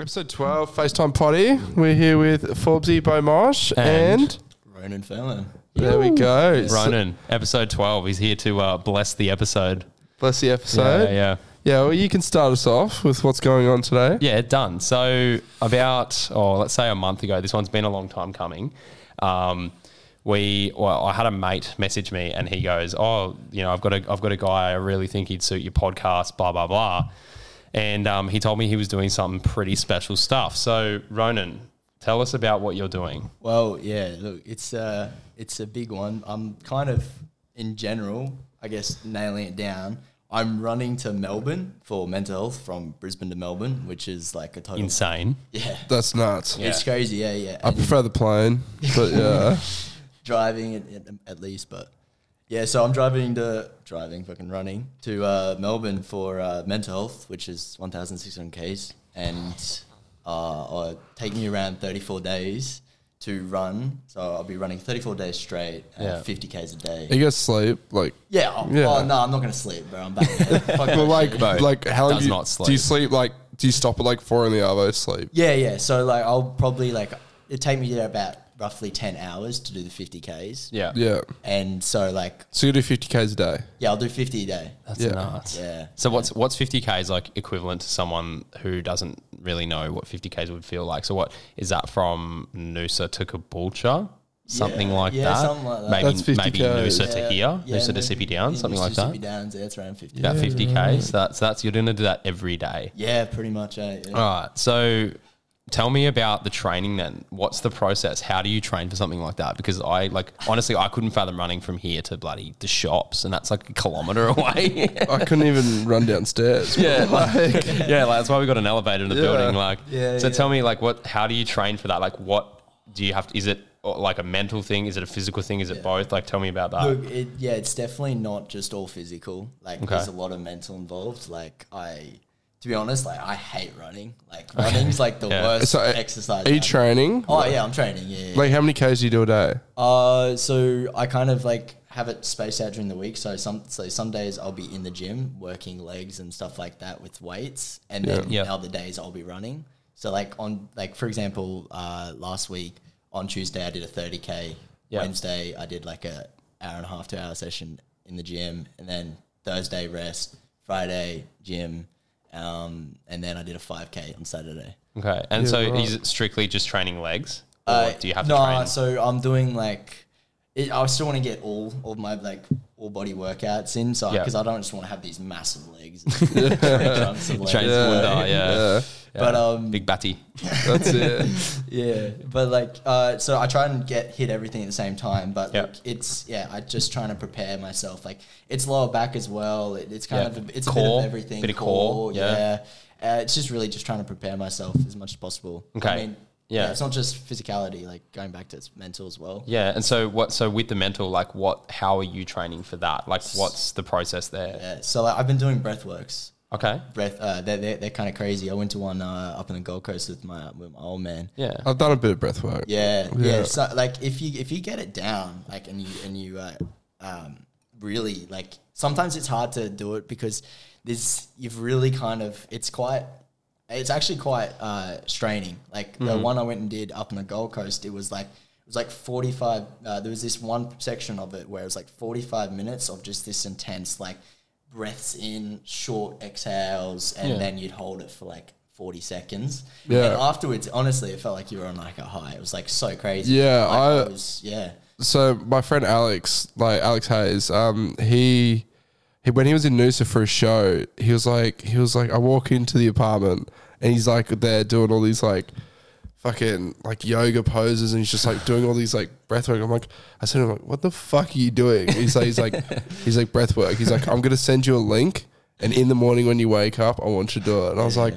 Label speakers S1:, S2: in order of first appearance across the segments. S1: Episode 12, FaceTime Potty. We're here with Forbesy Beaumarsh and,
S2: And-
S3: Ronan Fallon.
S1: there we go. So-
S2: Ronan, episode 12. He's here to uh, bless the episode.
S1: bless the episode.
S2: yeah, yeah.
S1: Yeah, well, you can start us off with what's going on today.
S2: Yeah, done. So, about, oh, let's say a month ago, this one's been a long time coming. Um, we, well, I had a mate message me and he goes, Oh, you know, I've got a, I've got a guy I really think he'd suit your podcast, blah, blah, blah. And um, he told me he was doing some pretty special stuff. So, Ronan, tell us about what you're doing.
S3: Well, yeah, look, it's uh it's a big one. I'm kind of in general, I guess nailing it down. I'm running to Melbourne for mental health from Brisbane to Melbourne, which is like a total
S2: Insane.
S3: yeah.
S1: That's nuts.
S2: Yeah.
S3: It's crazy, yeah, yeah.
S1: I
S3: And
S1: prefer the plane, but yeah.
S3: driving at, at, at least, but yeah, so I'm driving to driving, fucking running to uh, Melbourne for uh, mental health, which is 1,600 k's, and uh, I take me around 34 days to run. So I'll be running 34 days straight, at
S2: Yeah.
S3: 50 k's a
S1: you
S3: day.
S1: go to sleep. Like,
S3: Yeah. Oh,
S1: Yeah.
S3: oh, no, I'm not gonna sleep, bro. I'm back. Fuck
S1: well,
S3: that
S1: like,
S3: shit.
S1: like how long
S2: Does
S1: you,
S2: not
S1: do you
S2: sleep.
S1: sleep? Like, do you stop at like four in the arvo sleep?
S3: Yeah, yeah. So like I'll probably like it take me about roughly 10 hours to do the 50 k's.
S2: Yeah.
S1: Yeah.
S3: And so like
S1: So you do 50Ks a day.
S3: yeah, I'll do 50 a day.
S2: That's
S1: Yeah.
S2: nuts.
S3: Yeah.
S2: So what's what's 50k is like equivalent to someone who doesn't really know what 50k's would feel like. So what is that from Noosa to Caboolture? Something
S3: Yeah.
S2: like
S3: Yeah,
S2: that.
S3: something like that.
S2: Maybe
S1: That's 50Ks.
S2: maybe Noosa
S3: Yeah,
S2: to here,
S3: yeah,
S2: Noosa to
S3: maybe.
S2: Sippy Downs,
S3: Yeah,
S2: something
S3: Noosa
S2: like
S3: to
S2: that.
S3: Sippy Downs, yeah, that's around 50.
S2: About 50k's. that's that's you're doing to do that every day.
S3: Yeah, pretty much. Eh? Yeah.
S2: All right. So tell me about the training then. What's the process? How do you train for something like that? Because I like honestly I couldn't fathom running from here to bloody the shops and that's like a kilometer away.
S1: I couldn't even run downstairs.
S2: Yeah, like, yeah, like that's why we got an elevator in the building. Like,
S3: Yeah,
S2: so
S3: yeah.
S2: tell me, like, what? How do you train for that? Like, what do you have? To, is it or, like a mental thing? Is it a physical thing? Is it both? Like, tell me about that.
S3: Look, it, yeah, it's definitely not just all physical. Like, there's a lot of mental involved. Like, I, to be honest, like I hate running. Like, running's like the
S2: Yeah.
S3: worst
S1: So, uh,
S3: exercise.
S1: Are you
S3: ever.
S1: training?
S3: Oh yeah, I'm training. Yeah. yeah.
S1: Like, how many Ks do you do a day?
S3: Uh, so I kind of like have it spaced out during the week. So some so some days I'll be in the gym working legs and stuff like that with weights, and then
S2: Yeah. Yeah.
S3: other days I'll be running. So like on like for example, uh, last week on Tuesday I did a thirty k.
S2: Yeah.
S3: Wednesday I did like a hour and a half, two hour session in the gym, and then Thursday rest, Friday gym, um, and then I did a five k on Saturday.
S2: Okay, and so
S1: right.
S2: is it strictly just training legs, or
S3: Uh,
S2: do you have
S3: no,
S2: to train?
S3: so I'm doing like, it, I still want to get all all my like all body workouts in, so
S2: Yeah.
S3: because I don't just want to have these massive legs, and chunks of legs.
S2: Train yeah, yeah, yeah.
S3: But um,
S2: big batty.
S1: That's it.
S3: yeah, but like, uh, so I try and get hit everything at the same time, but
S2: Yeah.
S3: like, it's yeah, I just trying to prepare myself. Like, it's lower back as well. It, it's kind
S2: Yeah.
S3: of a, it's a bit
S2: Core,
S3: of everything.
S2: bit of core, yeah.
S3: Uh, it's just really just trying to prepare myself as much as possible. I
S2: Okay.
S3: mean,
S2: Yeah.
S3: yeah, it's not just physicality. Like going back to it's mental as well.
S2: Yeah, and so what? So with the mental, like, what? How are you training for that? Like, what's the process there?
S3: Yeah, Uh, so like, I've been doing breath works.
S2: Okay.
S3: Breath, uh, they're, they're, they're kind of crazy. I went to one uh, up in the Gold Coast with my, with my old man.
S2: Yeah.
S1: I've done a bit of breath work.
S3: Yeah, yeah.
S1: Yeah.
S3: So like, if you if you get it down, like, and you and you uh, um, really like, sometimes it's hard to do it because there's you've really kind of it's quite. It's actually quite uh, straining. Like the
S1: Mm-hmm.
S3: one I went and did up on the Gold Coast, it was like it was like forty five. Uh, there was this one section of it where it was like forty five minutes of just this intense like breaths in, short exhales, and then you'd hold it for like forty seconds.
S1: Yeah.
S3: And afterwards, honestly, it felt like you were on like a high. It was like so crazy.
S1: Yeah,
S3: Like,
S1: I-
S3: was. Yeah,
S1: So my friend Alex, like Alex Hayes, um, he, he when he was in Noosa for a show, he was like, he was like, I walk into the apartment and he's like there doing all these like, fucking like yoga poses and he's just like doing all these like breath work. I'm like, I said, I'm like, what the fuck are you doing? He's like, he's like, he's like breath work. He's like, I'm gonna send you a link, and in the morning when you wake up, I want you to do it. And I was like.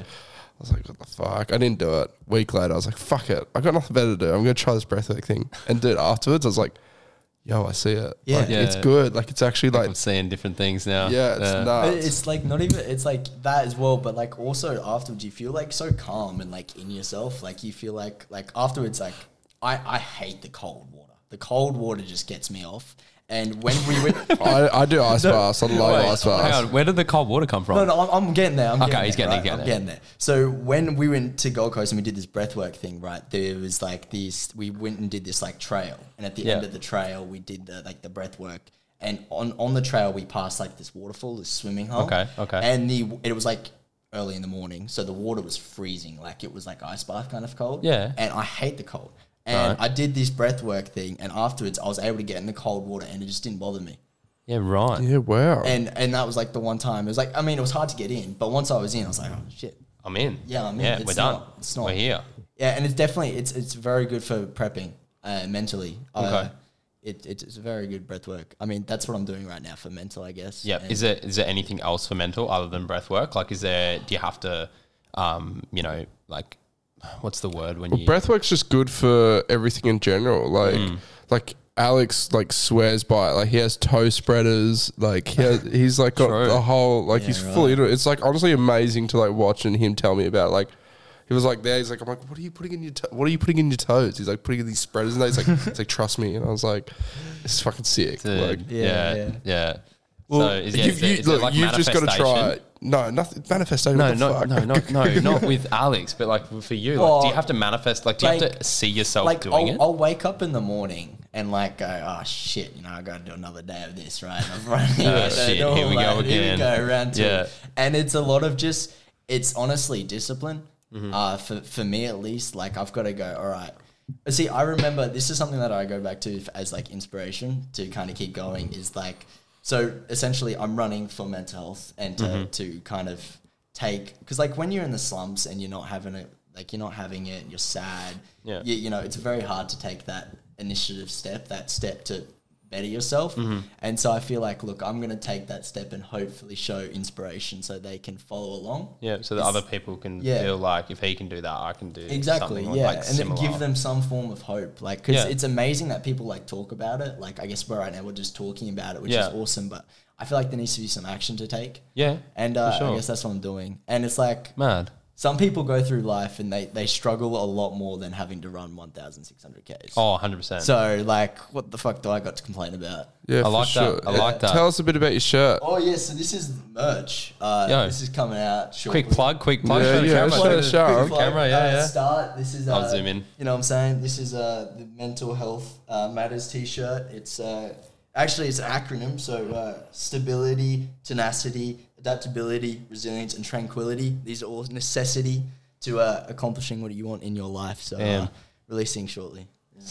S1: I was like, what the fuck? I didn't do it. Week later, I was like, fuck it. I got nothing better to do. I'm going to try this breathwork thing. And dude, afterwards, I was like, yo, I see it.
S3: Yeah.
S1: Like,
S2: Yeah.
S1: It's good. Like, it's actually like,
S2: I'm seeing different things now.
S1: yeah, it's
S3: But
S1: nuts.
S3: it's like not even. It's like that as well. But like also afterwards, you feel like so calm and like in yourself. Like you feel like like afterwards, like I I hate the cold water. The cold water just gets me off. And when we went,
S1: I, I do ice baths. I love
S2: Wait,
S1: ice
S2: hang
S1: baths.
S2: on, where did the cold water come from?
S3: No, no, I'm, I'm getting there. I'm
S2: Okay,
S3: getting
S2: he's
S3: there,
S2: getting there,
S3: right?
S2: he's
S3: I'm getting there. So when we went to Gold Coast and we did this breathwork thing, right? There was like these. We went and did this like trail, and at the end
S2: Yeah.
S3: of the trail, we did the like the breathwork. And on on the trail, we passed like this waterfall, this swimming hole.
S2: Okay, okay.
S3: And the it was like early in the morning, so the water was freezing, like it was like ice bath kind of cold.
S2: Yeah.
S3: And I hate the cold. And I did this breathwork thing, and afterwards, I was able to get in the cold water, and it just didn't bother me
S2: Yeah, right.
S1: Yeah, wow.
S3: and and that was like the one time. It was like I mean, it was hard to get in, but once I was in, I was like, oh shit,
S2: I'm in.
S3: Yeah, I'm in.
S2: Yeah,
S3: It's
S2: we're done.
S3: not- it's not-
S2: We're here.
S3: yeah. And it's definitely it's it's very good for prepping uh, mentally. Uh,
S2: Okay.
S3: it, it's it's very good breath work. I mean, that's what I'm doing right now for mental, I guess.
S2: Yeah.
S3: And
S2: Is there is there anything else for mental other than breath work? Like, is there? Do you have to, um, you know, like, what's the word when you?
S1: Breathwork's just good for everything in general. Like,
S2: Hmm.
S1: like Alex like swears by it. Like he has toe spreaders. Like he has, he's like got
S2: True.
S1: a whole like he's
S3: Yeah,
S1: fully into it. It's like honestly amazing to like watch and him tell me about. it. Like he was like there. He's like I'm like what are you putting in your to- what are you putting in your toes? He's like putting in these spreaders and he's like it's like trust me. And I was like it's fucking sick.
S2: Dude,
S1: like
S2: yeah,
S3: Yeah,
S2: yeah.
S3: yeah.
S2: so is, yeah,
S1: you've-
S2: is there,
S1: you-
S2: is there
S1: look,
S2: like
S1: you've just got to try.
S2: manifestation?
S1: it. No, nothing manifestation.
S2: No,
S1: what the
S2: no,
S1: fuck?
S2: no, not, no, not with Alex, but like for you, like, do
S3: Oh,
S2: you have to manifest? Like, do you have
S3: like-
S2: to see yourself
S3: like
S2: doing
S3: I'll,
S2: it?
S3: I'll wake up in the morning and like go, oh shit, you know, I got to do another day of this, right? And I'm running out the
S2: Oh, shit, here we go
S3: like, Here
S2: again.
S3: we go, round two.
S2: Yeah.
S3: And it's a lot of just, it's honestly discipline. Uh, for for me at least, like I've got to go. All right. See, I remember this is something that I go back to as like inspiration to kind of keep going. Is like, so essentially, I'm running for mental health and to,
S2: Mm-hmm.
S3: to kind of take because like when you're in the slums and you're not having it, like you're not having it, you're sad.
S2: Yeah.
S3: You, you know, it's very hard to take that initiative step, that step to better yourself.
S2: Mm-hmm.
S3: And so I feel like, look, I'm going to take that step and hopefully show inspiration so they can follow along.
S2: yeah, so that other people can
S3: yeah.
S2: feel like if he can do that, I can do
S3: Exactly.
S2: something
S3: Yeah.
S2: like- like
S3: and then give
S2: similar.
S3: them some form of hope. Like, because
S2: Yeah.
S3: it's amazing that people like talk about it. Like, I guess we're right now, we're just talking about it, which
S2: Yeah.
S3: is awesome. But I feel like there needs to be some action to take.
S2: Yeah,
S3: And uh,
S2: for sure.
S3: I guess that's what I'm doing. And it's like,
S2: mad.
S3: some people go through life and they, they struggle a lot more than having to run 1,600 Ks.
S2: Oh, 100 percent.
S3: So, like, what the fuck do I got to complain about?
S1: Yeah,
S2: I
S1: for
S2: like that.
S1: sure.
S2: I like that.
S1: Tell us a bit about your shirt.
S3: Oh, yeah, so this is merch. Uh,
S2: Yo.
S3: This is coming out shortly.
S2: quick plug, quick plug.
S1: Yeah,
S2: show the
S1: yeah,
S2: camera,
S1: show
S2: show
S1: the
S2: the-
S1: shower.
S3: Quick plug,
S2: camera, yeah,
S3: uh,
S2: yeah.
S3: Start. This is. Uh,
S2: I'll zoom in.
S3: You know what I'm saying? This is uh, the Mental Health uh, Matters t shirt. It's uh, actually it's an acronym. So, uh, stability, tenacity, adaptability, resilience, and tranquility. These are all necessity to uh, accomplishing what you want in your life. So, uh,
S2: Damn.
S3: releasing shortly.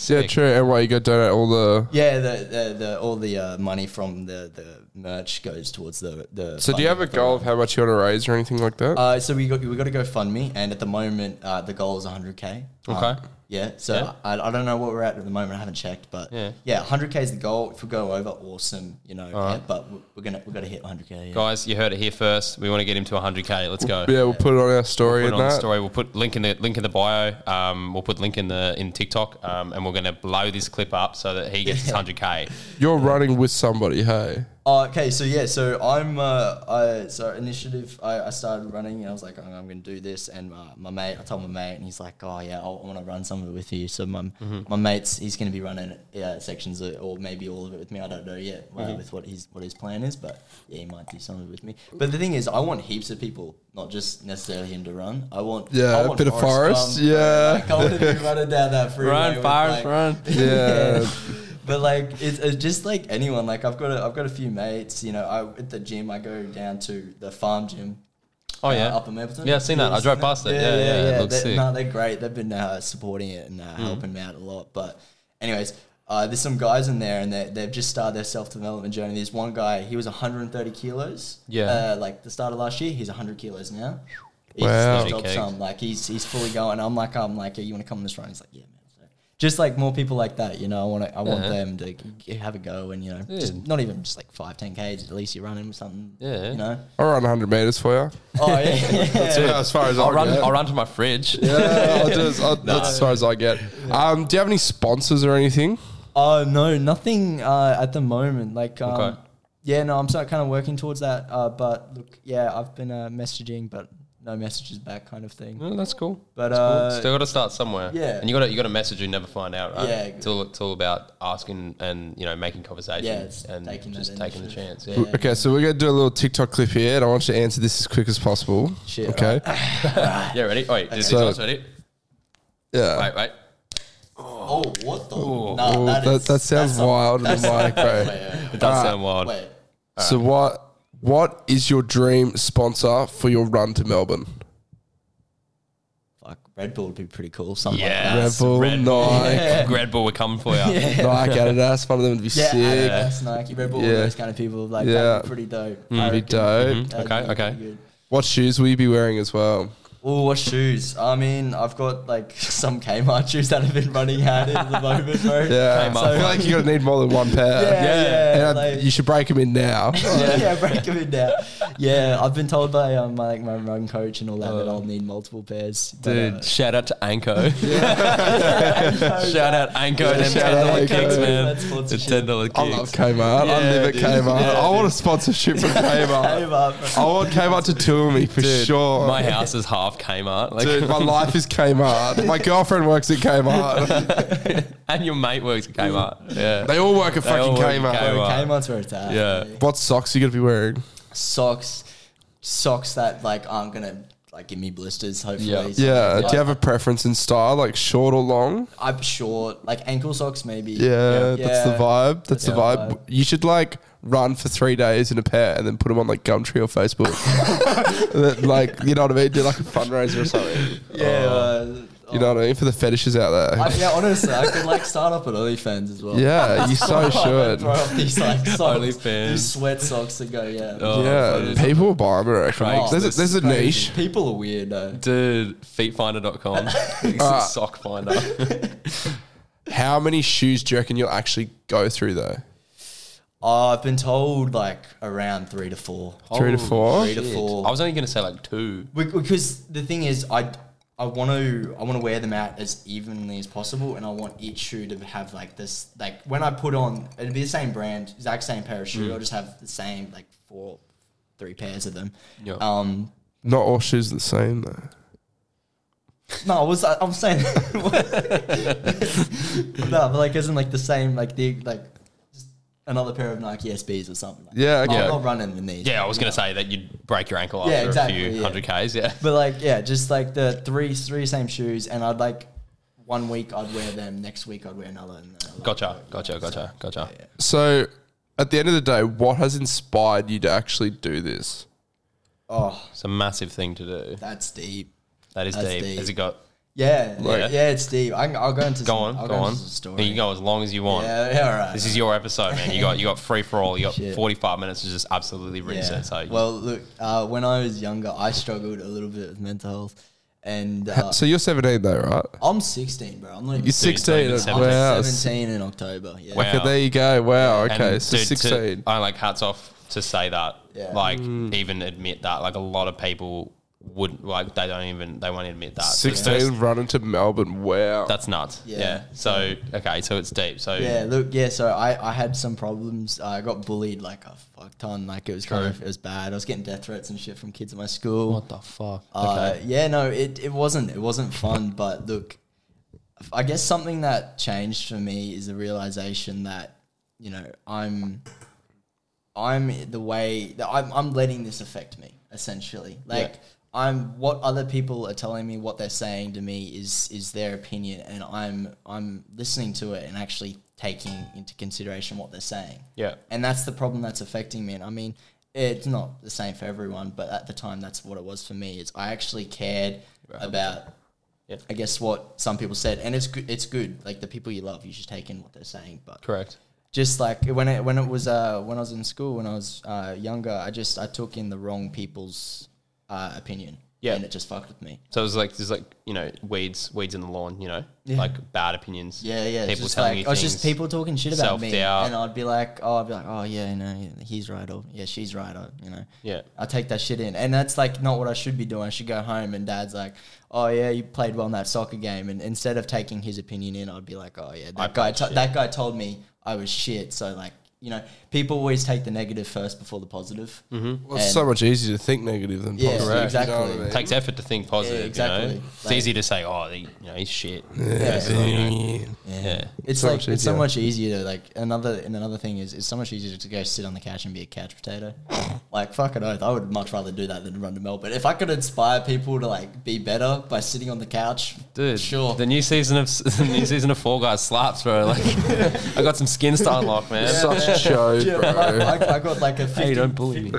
S1: Yeah, true. And why you got to donate all the.
S3: Yeah, the, the, the all the uh, money from the, the merch goes towards the the.
S1: So do you have a
S3: funding for-
S1: goal of how much you want to raise or anything like that?
S3: Uh, so we got we got to go fund me, and at the moment uh, the goal is 100k. Um,
S1: Ah.
S2: Okay.
S3: yeah. So
S2: Yeah.
S3: I, I don't know what we're at at the moment. I haven't checked, but
S2: Yeah.
S3: 100k is the goal. If we go over, awesome. You know, yeah, but we- we're gonna we're gonna hit 100k. Yeah.
S2: Guys, you heard it here first. We want to get him to 100k. Let's go.
S1: yeah, we'll put it on our story
S2: Put it
S1: and
S2: on the
S1: that.
S2: story. We'll put link in the link in the bio. Um, we'll put link in the in TikTok. Um, and we're gonna blow this clip up so that he gets his 100k.
S1: You're running with somebody, hey.
S3: Uh, okay, so yeah, so I'm uh, I, so initiative. I, I started running, and I was like, "Oh, I'm, I'm gonna do this. And my, my mate, I told my mate, and he's like, Oh yeah, I want to run some of it with you. So my my mates, he's gonna be running uh, sections of, or maybe all of it with me. I don't know yet uh, with what his what his plan is, but yeah, he might do some of it with me. But the thing is, I want heaps of people, not just necessarily him to run. I want
S1: Yeah,
S3: I
S1: a
S3: want
S1: bit of Forrest,
S3: Gump, bro.
S1: yeah.
S3: Like, I want to be running down that freeway. with, like,
S2: run.
S1: Yeah.
S3: but like it's, it's just like anyone. Like I've got a, I've got a few mates. You know, I at the gym I go down to the farm gym.
S2: Oh
S3: uh,
S2: yeah.
S3: up in Mapleton.
S2: Yeah, I've seen that. I drove past it. Yeah, yeah, it looks
S3: They-
S2: sick. Mm-hmm.
S3: No, they're great. They've been uh, supporting it and uh, helping me out a lot. But anyways. Uh, there's some guys in there, and they, they've just started their self development journey. There's one guy, he was 130 kilos.
S2: Yeah.
S3: Uh, like the start of last year, he's 100 kilos now. He's
S1: Wow.
S3: just dropped
S2: Big
S3: some. Like he's he's fully going. I'm like I'm like, yeah, you want to come on this run? He's like, yeah, man. So just like more people like that, you know. I want to, I want
S2: Yeah.
S3: them to g- have a go, and you know, just
S2: Dude.
S3: not even just like five, ten k's. At least you're running with something.
S2: Yeah.
S3: You know.
S1: I'll run 100 meters for you.
S3: Oh yeah.
S1: Yeah, as far as
S2: I'll
S1: I'll
S2: run.
S1: get.
S2: I'll run to my fridge.
S1: Yeah, I'll do as, I'll, That's as far as I get. Um, do you have any sponsors or anything?
S3: Oh no, nothing uh, at the moment. Like, um,
S2: Okay.
S3: yeah, no, I'm sort of kind of working towards that. Uh, but look, yeah, I've been uh, messaging, but no messages back kind of thing.
S2: No, that's cool.
S3: But,
S2: Mm, That's
S3: uh,
S2: Still got to start somewhere.
S3: yeah.
S2: and you got to you got to message and never find out, right?
S3: Yeah,
S2: it's all, it's all about asking and you know making conversation
S3: Yeah, it's
S2: and
S3: taking that
S2: just taking the
S3: initiative.
S2: chance. Yeah.
S1: Okay, so we're gonna do a little TikTok clip here, and I want you to answer this as quick as possible.
S3: Shit,
S1: Okay.
S2: Yeah, ready? Wait, is
S1: So-
S2: this ready?
S1: Yeah.
S2: Wait, wait.
S3: Oh, what the? No,
S1: Ooh,
S3: that,
S1: that,
S3: is,
S1: that sounds
S3: that's not-
S1: wild in the mic, bro.
S2: It does
S1: Alright.
S2: sound wild.
S3: Wait,
S1: So what? What is your dream sponsor for your run to Melbourne?
S3: fuck, Red Bull would be pretty cool. Something
S2: Yeah,
S3: like
S1: Red
S3: that.
S1: Bull,
S2: Red Bull.
S1: Nike,
S2: Red Bull, we're coming for you.
S1: Nike, Adidas. One of them would be
S3: Yeah,
S1: sick.
S3: Adidas, Nike, Red Bull, all
S1: Yeah.
S3: those kind of people. Like,
S1: Yeah.
S3: that'd be pretty dope.
S1: That'd be dope.
S2: Mm,
S3: Mm-hmm.
S2: Okay, okay.
S1: What shoes will you be wearing as well?
S3: Oh, what shoes? I mean, I've got like some Kmart shoes that have been running out at the moment, bro.
S1: Yeah,
S2: Kmart.
S1: I feel like you're gonna need more than one pair.
S3: yeah, yeah.
S1: And I-
S3: like-
S1: you should break them in now.
S3: yeah, yeah, break 'em in now. Yeah, I've been told by um, my like my run coach and all that that I'll
S1: Oh.
S3: need multiple pairs. But, uh,
S2: Dude, shout out to Anko. shout out Anko and them
S1: shout
S2: ten
S1: out
S2: dollar
S1: Anko.
S2: kicks, man.
S3: That's
S2: The
S3: sponsorship.
S2: ten dollar kicks.
S1: I love Kmart. I
S2: Yeah,
S1: live at
S2: dude.
S1: Kmart.
S2: Yeah,
S1: I want a
S2: dude.
S1: sponsorship from Kmart.
S3: Kmart, bro.
S1: I want Kmart to tour me for
S2: Dude,
S1: sure.
S2: My house is half Kmart. Like,
S1: Dude, my life is Kmart. My girlfriend works at Kmart.
S2: and your mate works at Kmart. Yeah.
S1: They all work at
S2: They all
S1: fucking
S2: work at
S1: Kmart.
S2: Kmart.
S3: Bro,
S2: Kmart.
S3: Kmart's where it's at.
S2: Yeah.
S1: What socks are you gonna be wearing?
S3: Socks, socks that like aren't gonna like give me blisters. Hopefully.
S2: Yeah.
S3: So,
S1: Yeah. Do
S3: like,
S1: you have a preference in style, like short or long?
S3: I'm short, like ankle socks maybe.
S1: Yeah, that's the
S3: Yeah.
S1: vibe. That's the
S3: Yeah.
S1: vibe.
S3: Vibe.
S1: You should like run for three days in a pair and then put them on like Gumtree or Facebook. And then, like, you know what I mean? Do like a fundraiser or something.
S3: Yeah. uh,
S1: Oh. You know what I mean? For the fetishes out there.
S3: I, yeah, honestly, I could like start up at OnlyFans as well.
S1: yeah, you so should.
S3: Throw up these like socks,
S2: OnlyFans.
S3: these sweat socks and go, yeah. Oh,
S2: Oh,
S1: Yeah,
S2: dude.
S1: people will buy them, I reckon.
S2: Craigslist.
S1: there's, a, there's a niche.
S3: People are weird though.
S2: Dude, feetfinder.com.
S1: Ah.
S2: Sock finder.
S1: How many shoes do you reckon you'll actually go through though?
S3: Oh, I've been told like around three to four.
S1: Three to
S2: Holy
S1: four?
S3: Three to four.
S2: I was only going to say like two.
S3: Be- because the thing is, I I want to I want to wear them out as evenly as possible, and I want each shoe to have like this like when I put on it'd be the same brand, exact same pair of shoe. I'll just have the same like four, three pairs of them.
S2: Yeah.
S3: Um.
S1: Not all shoes are the same though.
S3: No, I was I, I'm saying no, but like isn't like the same like the like just another pair of Nike SBs or something. Like
S1: Yeah,
S3: that.
S1: okay.
S3: I'm not running in these.
S2: Yeah, I was going to say that you'd break your ankle after
S3: Yeah, exactly,
S2: a few
S3: yeah.
S2: hundred Ks. Yeah.
S3: But like, yeah, just like the three three same shoes, and I'd like one week I'd wear them, next week I'd wear another. And uh, then I'd like-
S2: Gotcha, gotcha, gotcha, gotcha.
S1: So, at the end of the day, what has inspired you to actually do this?
S3: oh,
S2: It's a massive thing to do.
S3: that's deep.
S2: That is
S3: That's
S2: deep.
S3: deep.
S2: Has it got?
S3: Yeah,
S2: Like-
S3: yeah, it's deep. I can, I'll go into
S2: Go
S3: some,
S2: on,
S3: I'll
S2: go
S3: into
S2: on.
S3: some
S2: You
S3: story.
S2: can go as long as you want.
S3: Yeah, yeah, all right.
S2: This is your episode, man. You got you got free for all. You got
S3: Shit.
S2: 45 minutes to just absolutely rinse
S3: yeah.
S2: it. So
S3: well, look, uh, when I was younger, I struggled a little bit with mental health, and uh,
S1: So you're 17 though, right?
S3: I'm 16, bro. I'm not. even-
S1: You're 16.
S2: even
S1: and-
S3: I'm
S2: seventeen.
S1: Wow.
S3: 17 in October. Yeah.
S2: Wow.
S1: Okay, there you go. Wow.
S2: and
S1: Okay, so
S2: dude, to- uh,
S1: 16.
S2: I like hats off to say that.
S3: Yeah.
S2: Like
S1: Mm.
S2: even admit that. Like a lot of people wouldn't like they don't even they won't admit that. So it's
S1: 16
S2: just-
S1: running to Melbourne. Wow.
S2: That's nuts. Yeah.
S3: Yeah.
S2: So okay, so it's deep. So
S3: Yeah, look, yeah. So I, I had some problems. I got bullied like a fuck ton. Like it was kind of it was bad. I was getting death threats and shit from kids at my school.
S2: what the fuck?
S3: Uh,
S2: okay.
S3: Yeah, no, it, it wasn't it wasn't fun. but look, I guess something that changed for me is the realization that you know I'm I'm the way that I'm I'm letting this affect me essentially. Like I'm what other people are telling me, what they're saying to me is is their opinion, and I'm I'm listening to it and actually taking into consideration what they're saying.
S2: Yeah.
S3: And that's the problem that's affecting me. And I mean, it's not the same for everyone, but at the time, that's what it was for me. Is I actually cared about,
S2: Yeah.
S3: I guess what some people said, and it's good. It's good. Like the people you love, you should take in what they're saying. But
S2: Correct.
S3: just like when it when it was uh when I was in school when I was uh younger, I just I took in the wrong people's uh opinion.
S2: Yeah.
S3: and it just fucked with me.
S2: So it was like there's like you know weeds weeds in the lawn. You know
S3: Yeah.
S2: like bad opinions.
S3: Yeah,
S2: People
S3: yeah. People just
S2: telling
S3: like,
S2: you
S3: oh, it's just
S2: things.
S3: people talking shit about me,
S2: Self-doubt.
S3: and I'd be like, oh, I'd be like, oh yeah, you know, he's right, or yeah, she's right, or you know,
S2: Yeah.
S3: I take that shit in, and that's like not what I should be doing. I should go home, and Dad's like, oh yeah, you played well in that soccer game, and instead of taking his opinion in, I'd be like, oh yeah, that guy,
S2: played
S3: to-
S2: shit.
S3: that guy told me I was shit, so like. you know, people always take the negative first before the positive. Mm-hmm.
S1: Well, it's so much easier to think negative than
S3: Yeah,
S1: positive.
S2: Correct.
S1: You know what I
S3: exactly.
S1: mean?
S2: It takes effort to think positive. You
S3: Yeah,
S2: know?
S3: exactly.
S2: It's
S3: Like-
S2: easy to say, oh, he, you know, he's shit.
S3: Yeah.
S1: Yeah.
S2: Yeah.
S3: It's
S1: So
S3: like
S1: much
S3: it's so
S1: easier.
S3: much easier to like another and another thing is it's so much easier to go sit on the couch and be a couch potato. like fucking oath, I would much rather do that than run to Mel. But if I could inspire people to like be better by sitting on the couch,
S2: Dude,
S3: sure.
S2: The new season of the new season of Fall Guys slaps, bro. Like, I got some skins to unlock, man.
S1: Such show,
S3: yeah,
S1: bro.
S3: I, I, I got like a 50,
S2: Hey, don't bully me.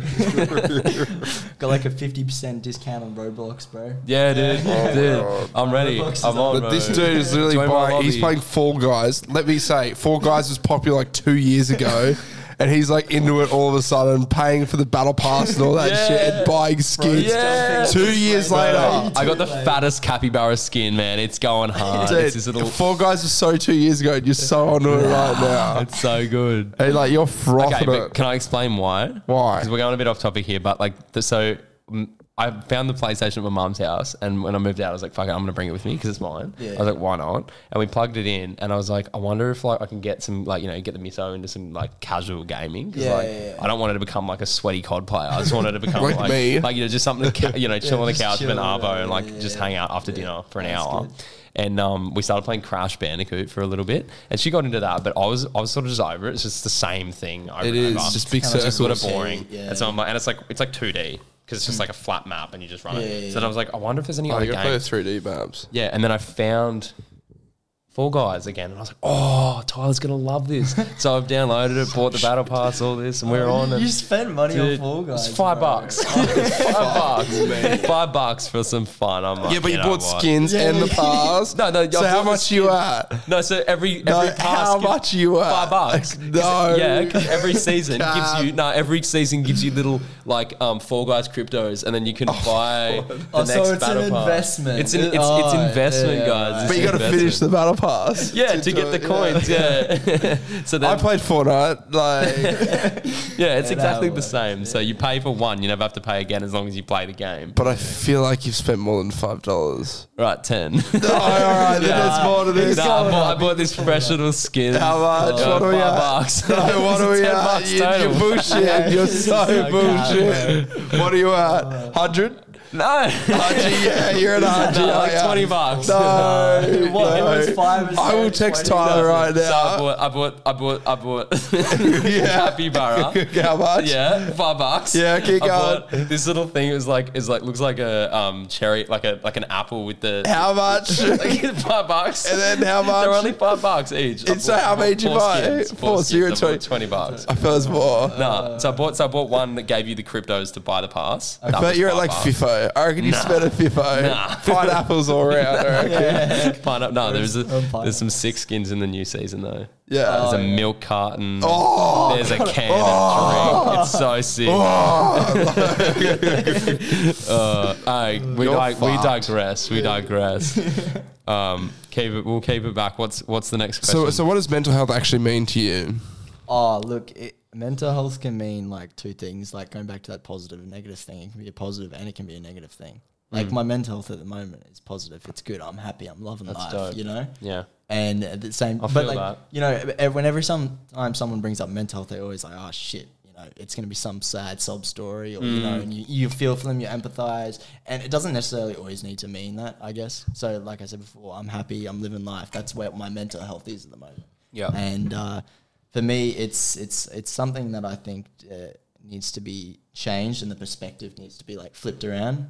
S3: got like a fifty percent discount on Roblox, bro.
S2: Yeah, dude, dude,
S1: God.
S2: I'm ready.
S3: Roblox is
S2: I'm on, bro.
S3: on.
S1: But this dude is literally
S2: Join my
S1: buying.
S2: lobby.
S1: He's playing Fall Guys. Let me say, Fall Guys was popular like two years ago, and he's like into it all of a sudden, paying for the battle pass and all that
S2: Yeah.
S1: shit, and buying skins.
S2: Yeah.
S1: Two years
S2: Bro,
S1: later,
S2: I got the
S3: Like-
S2: fattest capybara skin, man. It's going hard.
S1: dude,
S2: It's, this little,
S1: Fall Guys was so two years ago, and you're so onto it right now.
S2: it's so good.
S1: Hey, like you're frothing
S2: Okay, but
S1: it.
S2: can I explain why?
S1: Why?
S2: Because we're going a bit off topic here, but like, the, so mm, I found the PlayStation at my mum's house, and when I moved out, I was like, "Fuck it, I'm gonna bring it with me because it's mine."
S3: Yeah.
S2: I was like, "Why not?" And we plugged it in, and I was like, "I wonder if like I can get some like you know get the miso into some like casual gaming." 'Cause,
S3: Yeah,
S2: like,
S3: yeah, yeah.
S2: I don't want it to become like a sweaty COD player. I just wanted to become
S1: Like
S2: like,
S1: me.
S2: like you know just something to ca- you know chill on the
S3: just
S2: couch with an
S3: chill,
S2: arvo
S3: yeah,
S2: and like
S3: yeah,
S2: just
S3: yeah.
S2: hang out after dinner for an
S3: That's
S2: hour
S3: good.
S2: and um, we started playing Crash Bandicoot for a little bit, and she got into that, but I was I was sort of just over it. It's just the same thing. Over
S1: It
S2: and
S1: is
S2: over.
S1: just big
S3: It's kinda
S2: It's sort of
S1: circles.
S3: just-
S2: boring.
S3: Yeah.
S2: And so I'm like, and it's like it's like 2D because it's just like a flat map, and you just run it.
S3: Hmm. Yeah, yeah,
S2: so then I was like, I wonder if there's any
S1: Oh,
S2: other
S1: you gotta play the 3D
S2: games.
S1: maps.
S2: Yeah, and then I found. Fall Guys again, and I was like, "Oh, Tyler's gonna love this." so I've downloaded it, bought the battle pass, all this, and we're on.
S3: You,
S2: And
S3: you spend money
S2: Dude,
S3: on Fall Guys.
S2: it's five
S3: bro. Oh,
S2: bucks, five bucks, five bucks for some fun. I'm like,
S1: Yeah, but you,
S2: know
S1: bought
S2: what?
S1: skins and the pass.
S2: No, no, I
S1: So how
S2: bought the
S1: much you at?
S2: No, so every every
S1: No,
S2: pass
S1: how
S2: gives-
S1: much you at?
S2: Five bucks. 'Cause-
S1: No.
S2: Yeah, 'cause every season gives
S1: God.
S2: you no. Every season gives you little like um Fall Guys cryptos, and then you can buy the
S3: Oh,
S2: next
S3: so it's an
S2: battle pass.
S3: investment.
S2: It's an it's, it's
S3: Oh,
S2: investment,
S3: yeah,
S2: guys.
S3: right.
S2: It's
S1: But you got to
S2: investment.
S1: finish the battle pass.
S2: Yeah, to get
S1: do
S2: the
S1: it, yeah.
S2: coins. Yeah. so
S1: I
S2: then,
S1: played Fortnite. Like,
S2: yeah, it's
S3: Yeah, that
S2: exactly the
S3: works,
S2: same. So you pay for one, you never have to pay again as long as you play the game.
S1: but I feel like you've spent more than five dollars.
S2: right, ten.
S1: all right, then
S2: Yeah.
S1: there's more to this.
S2: Nah, I, bought, I bought this fresh little skin.
S1: How much?
S2: Uh,
S1: what are we
S2: five
S1: at?
S2: bucks.
S1: No, what are we
S2: Ten
S1: at?
S2: bucks
S1: You,
S2: total.
S1: are bullshit. You're so
S3: so
S1: bullshit. What are you at? Hundred?
S2: No.
S1: Hundred? Yeah, you're at hundred.
S2: No, like
S1: yeah.
S2: 20 bucks.
S1: No,
S3: What?
S1: no.
S3: It was five and
S1: I will
S3: seven,
S1: text
S3: 20.
S1: Tyler right
S2: So I
S1: now.
S2: bought, I bought, I bought, I bought
S1: Yeah.
S2: capybara.
S1: How much?
S2: Yeah, five bucks.
S1: Yeah, keep
S2: I
S1: going.
S2: bought This little thing is like is like looks like a um cherry, like a like an apple with the
S1: How much? and
S2: like five bucks.
S1: then how
S2: They're
S1: much?
S2: only five bucks each. I
S1: And so
S2: bought-
S1: how
S2: I bought
S1: many did you
S2: four
S1: buy?
S2: skins,
S1: Four, Uh.
S2: Four,
S1: so you're
S2: skins.
S1: at
S2: I bought
S1: 20.
S2: Twenty bucks.
S1: I felt it's more.
S2: Nah, so I bought so I bought one that gave you the cryptos to buy the pass. That
S1: But
S2: was
S1: you're at
S2: five
S1: like
S2: bucks.
S1: FIFO. I reckon you spent a FIFO.
S2: Nah.
S1: Pineapples all around, I reckon.
S2: Pineapple. No, there's a,
S3: Where's- um,
S2: there's some sick skins in the new season though.
S1: Yeah.
S2: There's a
S3: yeah.
S2: milk carton.
S1: Oh,
S2: There's a can of drink. It's so sick. Uh, aye, we,
S1: You're
S2: dig- we
S1: fucked.
S2: digress. We digress. Um, keep it. We'll keep it back. What's What's the next question?
S1: So, so what does mental health actually mean to you?
S3: Oh, look, it, mental health can mean like two things. Like going back to that positive and negative thing, it can be a positive and it can be a negative thing.
S2: Mm.
S3: Like my mental health at the moment is positive. It's good. I'm happy. I'm loving life.
S2: dope.
S3: You know.
S2: yeah.
S3: And at the same,
S2: I
S3: but
S2: feel
S3: like
S2: that.
S3: you know, e- whenever some time someone brings up mental health, they're always like, "Oh shit." you know, It's going to be some sad sob story, or you know,
S2: Mm.
S3: and you, you feel for them, you empathize, and it doesn't necessarily always need to mean that, I guess. So, like I said before, I'm happy, I'm living life. That's where my mental health is at the moment
S2: Yeah.
S3: and uh, for me, it's it's it's something that I think uh, needs to be changed, and the perspective needs to be like flipped around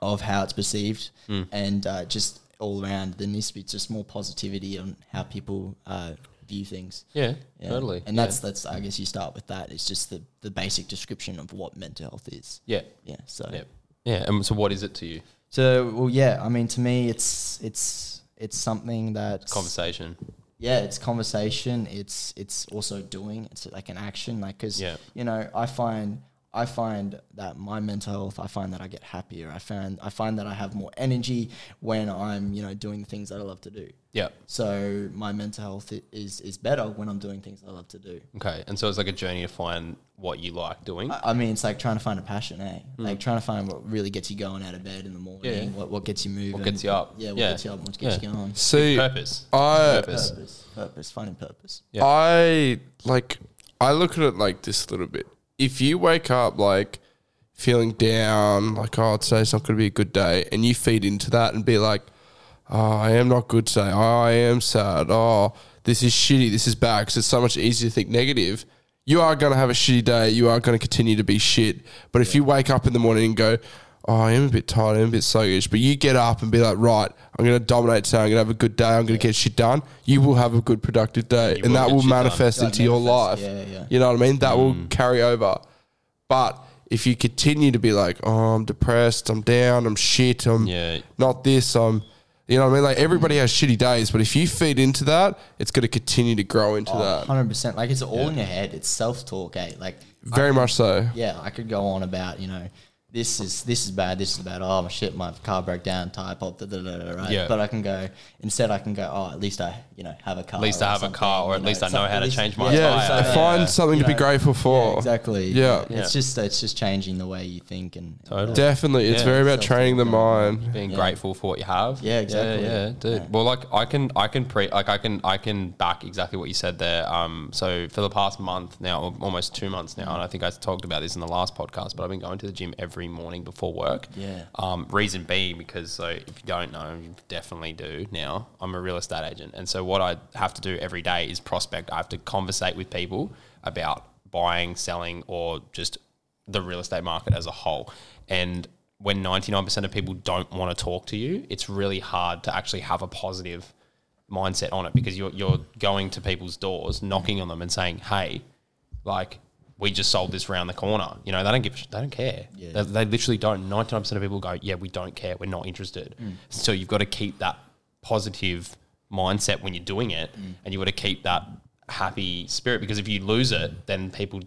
S3: of how it's perceived, and uh, just all around there needs to be just more positivity on how people uh, view things.
S2: Yeah.
S3: Yeah.
S2: Totally.
S3: and
S2: Yeah.
S3: that's that's I guess you start with that. It's just the the basic description of what mental health is.
S2: yeah.
S3: Yeah. So
S2: Yeah. Yeah. And so, what is it to you?
S3: so well yeah. I mean, to me, it's it's it's something that
S2: Conversation.
S3: yeah, it's conversation. It's it's also doing. It's like an action. Like because
S2: Yeah.
S3: you know, I find I find that my mental health. I find that I get happier. I find I find that I have more energy when I'm you know doing the things that I love to do.
S2: Yeah.
S3: So my mental health i- is is better when I'm doing things that I love to do.
S2: Okay. And so it's like a journey to find what you like doing.
S3: I I mean, it's like trying to find a passion, eh? Like trying to find what really gets you going out of bed in the morning.
S2: Hmm. Yeah.
S3: What what gets you moving?
S2: gets you up.
S3: Yeah. What
S2: Yeah.
S3: gets you up? What gets
S2: Yeah.
S3: you going?
S1: See,
S2: Purpose.
S1: I,
S2: Purpose.
S3: Purpose. Purpose. Finding purpose.
S2: Yeah.
S1: I like I look at it like this a little bit. If you wake up like feeling down, like, oh, today's not going to be a good day, and you feed into that and be like, oh, I am not good today. Oh, I am sad. Oh, this is shitty. This is bad. Because it's so much easier to think negative. You are going to have a shitty day. You are going to continue to be shit. But if you wake up in the morning and go, oh, I am a bit tired. I'm a bit sluggish. But you get up and be like, right, I'm going to dominate today. I'm going to have a good day. I'm going to get shit done. You will have a good, productive day. and
S2: will
S1: that
S2: get
S1: will
S2: shit done.
S1: manifest
S3: Like
S1: into your life.
S3: manifest. Yeah, yeah, yeah.
S1: You know what I mean? That
S2: Mm.
S1: will carry over. But if you continue to be like, oh, I'm depressed, I'm down, I'm shit, I'm
S2: Yeah.
S1: not this, I'm, you know what I mean? Like
S3: Mm.
S1: everybody has shitty days, but if you feed into that, it's going to continue to grow
S3: Oh,
S1: into that.
S3: Hundred percent. Like it's all in your head. It's self talk, eh? Like
S1: Very much so.
S3: yeah, I could go on about you know this is this is bad, this is bad. Oh my shit, my car broke down, tire pop, da, da, da, da, right?
S2: Yeah.
S3: But I can go instead. I can go. Oh, at least I you know have a car.
S2: At least
S3: or
S2: I have a
S3: something,
S2: car, or
S3: you
S2: at least I
S3: some-
S2: know how
S3: at
S2: to
S3: least-
S2: change my
S1: Yeah,
S2: tire.
S3: so-
S1: find
S3: yeah.
S1: something to
S3: You
S1: be
S3: know,
S1: grateful for.
S3: Yeah, exactly.
S1: Yeah.
S3: It's just it's just changing the way you think and
S2: Totally.
S1: Definitely. It's
S2: Yeah.
S1: very about
S3: Self-talk.
S1: training the mind.
S2: being grateful for what you have.
S3: Yeah, exactly.
S2: Yeah, yeah dude.
S3: Yeah.
S2: Well, like I can, I can pre, like I can, I can back exactly what you said there. Um, so for the past month now, al- almost two months now, and I think I talked about this in the last podcast, but I've been going to the gym every morning before work.
S3: Yeah.
S2: Um, reason being because so if you don't know, you definitely do now. I'm a real estate agent, and so what I have to do every day is prospect. I have to conversate with people about buying, selling, or just the real estate market as a whole. And when 99% of people don't want to talk to you, it's really hard to actually have a positive mindset on it because you're you're going to people's doors, knocking on them, and saying, "Hey, like." We just sold this round the corner. You know they don't give. a sh- They don't care. They, they literally don't. Ninety nine percent of people go, yeah, we don't care. We're not interested. So you've got to keep that positive mindset when you're doing it, and you've got to keep that happy spirit because if you lose it, then people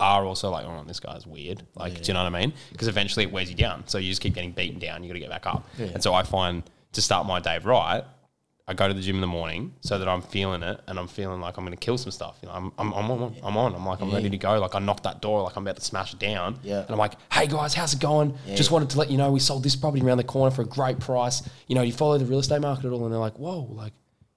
S2: are also like, oh, this guy's weird. Like, do you know what I mean? Because eventually it wears you down. So you just keep getting beaten down. You got to get back up. And so I find to start my day right, I go to the gym in the morning so that I'm feeling it and I'm feeling like I'm going to kill some stuff. You know, I'm, I'm, I'm, on, I'm on. I'm like, I'm ready to go. Like, I knocked that door, like, I'm about to smash it down.
S3: Yeah.
S2: And I'm like, hey guys, how's it going? Just wanted to let you know we sold this property around the corner for a great price. You know, you follow the real estate market at all. And they're like, whoa, like,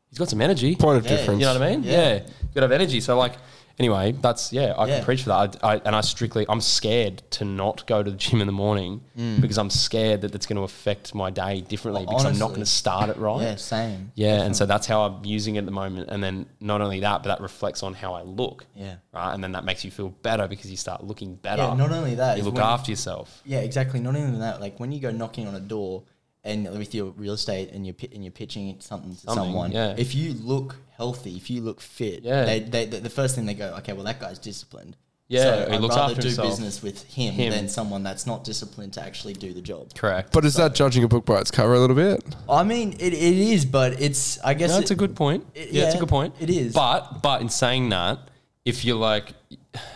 S2: he's got some energy.
S1: Point of difference.
S2: You know what I mean? Yeah.
S3: Yeah.
S2: Bit of energy. So like, anyway, that's yeah. I
S3: Yeah.
S2: can preach for that. I, I, and I strictly, I'm scared to not go to the gym in the morning
S3: Mm.
S2: because I'm scared that that's going to affect my day differently because I'm not
S3: honestly.
S2: going to start it right.
S3: yeah, same.
S2: Yeah, and so that's how I'm using it at the moment. And then not only that, but that reflects on how I look.
S3: Yeah.
S2: Right. And then that makes you feel better because you start looking better.
S3: Yeah, not only that,
S2: you
S3: is
S2: look
S3: when-
S2: after yourself.
S3: Yeah, exactly. Not even that, like when you go knocking on a door and with your real estate and you're pi- and you're pitching it something to
S2: Something,
S3: someone,
S2: yeah.
S3: if you look healthy, if you look fit,
S2: Yeah.
S3: they, they, the the first thing they go, okay, well that guy's disciplined.
S2: Yeah,
S3: so
S2: he
S3: I'd
S2: looks
S3: rather
S2: after
S3: do
S2: himself.
S3: business with him,
S2: Him.
S3: than someone that's not disciplined to actually do the job.
S2: Correct.
S1: But is that judging a book by its cover a little bit?
S3: I mean, it, it is, but it's I guess
S2: No, it's
S3: it,
S2: a good point.
S3: it-
S2: yeah, it's a
S3: yeah,
S2: good point.
S3: it is.
S2: But but in saying that, if you're like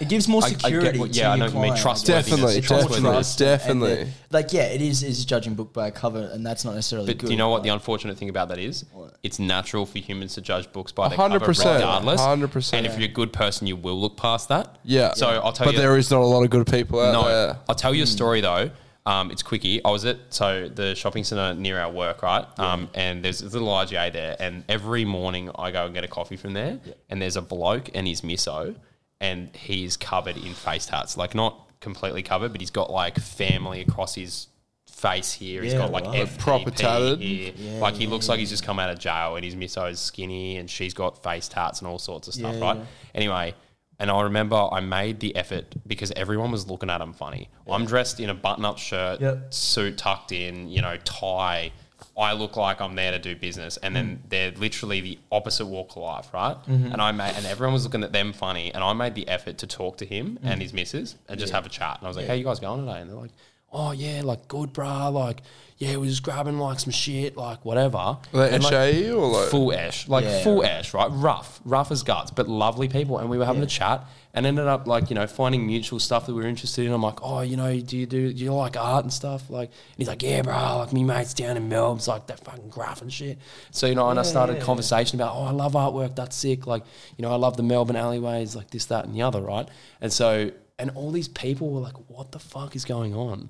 S3: it gives more
S2: I- I get
S3: security.
S2: what-
S3: to
S2: yeah, I know
S3: your
S2: what you mean,
S3: client, I
S2: trustworthiness.
S3: guess.
S1: Definitely,
S2: It's
S3: More
S1: definitely,
S3: trust and the-
S1: definitely.
S3: like yeah, it is is judging book by a cover, and that's not necessarily.
S2: But
S3: good,
S2: do you know what the unfortunate thing about that is? It's natural for humans to judge books by their cover
S1: 100%,
S2: regardless.
S1: 100%.
S2: And if you're a good person, you will look past that.
S1: Yeah.
S2: So I'll tell
S1: but
S2: you.
S1: there is not a lot of good people out
S2: No,
S1: there.
S2: I'll tell you a story though. Um, it's quickie. I was at so the shopping center near our work, right? Um, and there's this little IGA there, and every morning I go and get a coffee from there, and there's a bloke and his miso, and he's covered in face tats, like not completely covered, but he's got like family across his face here. he's
S3: Yeah,
S2: got like
S3: right.
S2: FPP
S1: Proper tatted.
S2: here. like he looks like he's just come out of jail, and his miso is skinny, and she's got face tats and all sorts of stuff,
S3: Yeah,
S2: right?
S3: yeah.
S2: Anyway, and I remember I made the effort because everyone was looking at him funny. I'm dressed in a button up shirt,
S3: Yep.
S2: suit tucked in, you know, tie. I look like I'm there to do business, and then
S1: Mm.
S2: they're literally the opposite walk of life, right?
S1: Mm-hmm.
S2: And I made, and everyone was looking at them funny, and I made the effort to talk to him
S1: Mm.
S2: and his missus and just have a chat. And I was like, "How you guys going today?" And they're like, "Oh yeah, like good, brah. Like yeah, we're just grabbing like some shit, like whatever."
S1: Are they
S2: And, like,
S1: SAE or like
S2: full ash, like
S3: Yeah.
S2: full ash, right? Rough, rough as guts, but lovely people. And we were having a chat and ended up like you know finding mutual stuff that we were interested in. I'm like, oh, you know, do you do, do you like art and stuff? Like, and he's like, yeah, bro, like me mates down in Melbourne's like that fucking graph and shit. So you know, and I started a conversation about, oh, I love artwork, that's sick. Like, you know, I love the Melbourne alleyways, like this, that, and the other, right? And so. And all these people were like, "What the fuck is going on?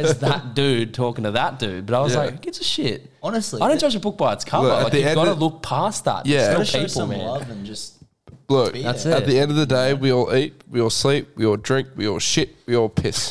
S2: is that dude talking to that dude?" But I was
S1: Yeah.
S2: like, "Who gives a shit?"
S3: Honestly,
S2: I don't
S3: the-
S2: judge a book by its cover.
S1: Look, at
S2: like
S1: the
S2: you've
S1: end
S2: got to
S1: of-
S2: look past that.
S1: Yeah.
S2: Yeah,
S1: Gotta
S3: Gotta
S2: it's
S3: show
S2: still people,
S3: some
S2: man.
S3: love and just
S1: Look,
S3: Be
S1: at
S3: That's
S4: there. it.
S1: the end of the day, we all eat, we all sleep, we all drink, we all shit, we all piss.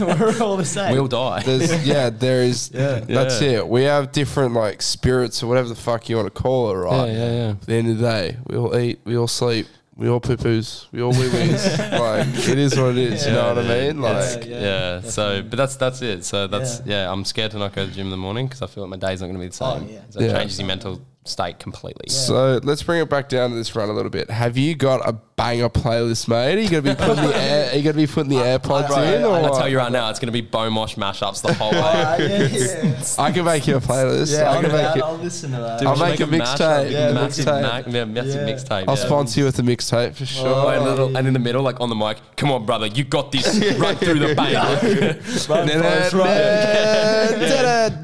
S3: We're all the same.
S2: We'll die.
S1: There's, yeah, there is. That's
S2: Yeah.
S1: it. We have different like spirits or whatever the fuck you want to call it, right?
S2: Yeah, yeah, yeah.
S1: At the end of the day, we all eat, we all sleep, we all poo poos, we all wee wees. like it is what it is. you know what I mean? Like
S2: yeah, so but that's that's it. So that's yeah. I'm scared to not go to the gym in the morning because I feel like my day's not going to be the
S3: Oh,
S2: same.
S3: yeah.
S2: So it
S1: Yeah.
S2: changes your mental state completely.
S1: So let's bring it back down to this run a little bit. Have you got a banger playlist, mate? Are you gonna be putting the air, are you gonna be putting the AirPods
S3: I-
S1: in?
S3: I-
S1: Or
S2: And I tell you right now, it's going to be Bomosh mashups the whole way.
S3: Uh, yeah, yeah.
S1: I can make you a playlist.
S3: yeah
S1: I
S3: I'll,
S1: can make
S3: I'll,
S1: it.
S3: I'll listen to that.
S2: Dude, we
S1: I'll
S2: should
S1: make a
S2: mashup,
S1: mixtape,
S2: big
S1: yeah,
S2: Massive,
S1: mixtape.
S2: ma- yeah, massive
S3: Yeah. Oh,
S2: mixtape.
S1: I'll
S2: yeah.
S1: sponsor you with the mixtape for sure.
S2: Play a little, and in the middle, like on the mic, come on, brother, you got this right through the pain.
S3: Run, boys, run.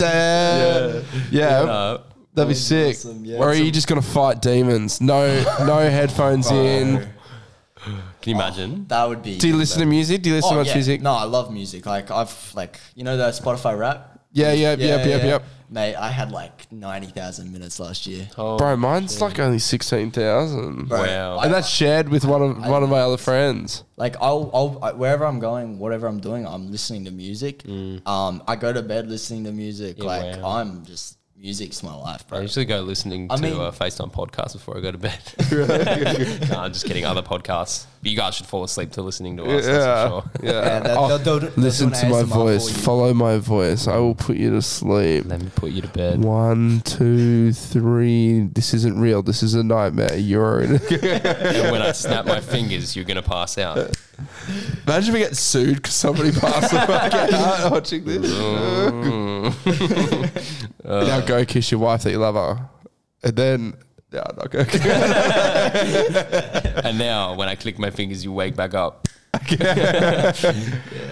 S1: Yeah, yeah.
S2: Uh,
S1: that'd be sick.
S3: Oh, awesome, yeah.
S1: Or are you just gonna fight demons? No, no headphones in.
S2: can you imagine?
S3: That would be.
S1: Do you listen to music? Do you listen
S3: Oh,
S1: to much
S3: yeah.
S1: music?
S3: No, I love music. Like I've like you know the Spotify rap.
S1: Yeah, yeah, yeah, yeah, yeah.
S3: Mate, I had like ninety thousand minutes last year.
S2: Oh,
S1: Bro, mine's like only sixteen thousand.
S3: Bro,
S2: Wow.
S3: I-
S1: And that's shared with one of one of my other friends.
S3: like I'll, I'll I, wherever I'm going, whatever I'm doing, I'm listening to music. Um, I go to bed listening to music. like
S2: wow.
S3: I'm just music's my life,
S2: I
S3: bro.
S2: usually go listening
S3: I
S2: to
S3: mean-
S2: uh, FaceTime podcasts before I go to bed. no, I'm just kidding. Other podcasts. But you guys should fall asleep to listening
S3: Oh,
S2: to us. That's for sure.
S3: Yeah,
S1: yeah.
S3: they'll-
S1: Oh,
S3: they'll- they'll do- they'll
S1: Listen
S3: do an
S1: to my
S3: ASMR for
S1: voice.
S3: you.
S1: Follow my voice. I will put you to sleep.
S2: Let me put you to bed.
S1: One, two, three. This isn't real. This is a nightmare. You're in.
S2: and when I snap my fingers, you're going to pass out.
S1: Imagine we get sued because somebody passed the fuck out watching this. Uh, now go kiss your wife that you love her, and then yeah, no, go.
S2: And now, when I click my fingers, you wake back up. this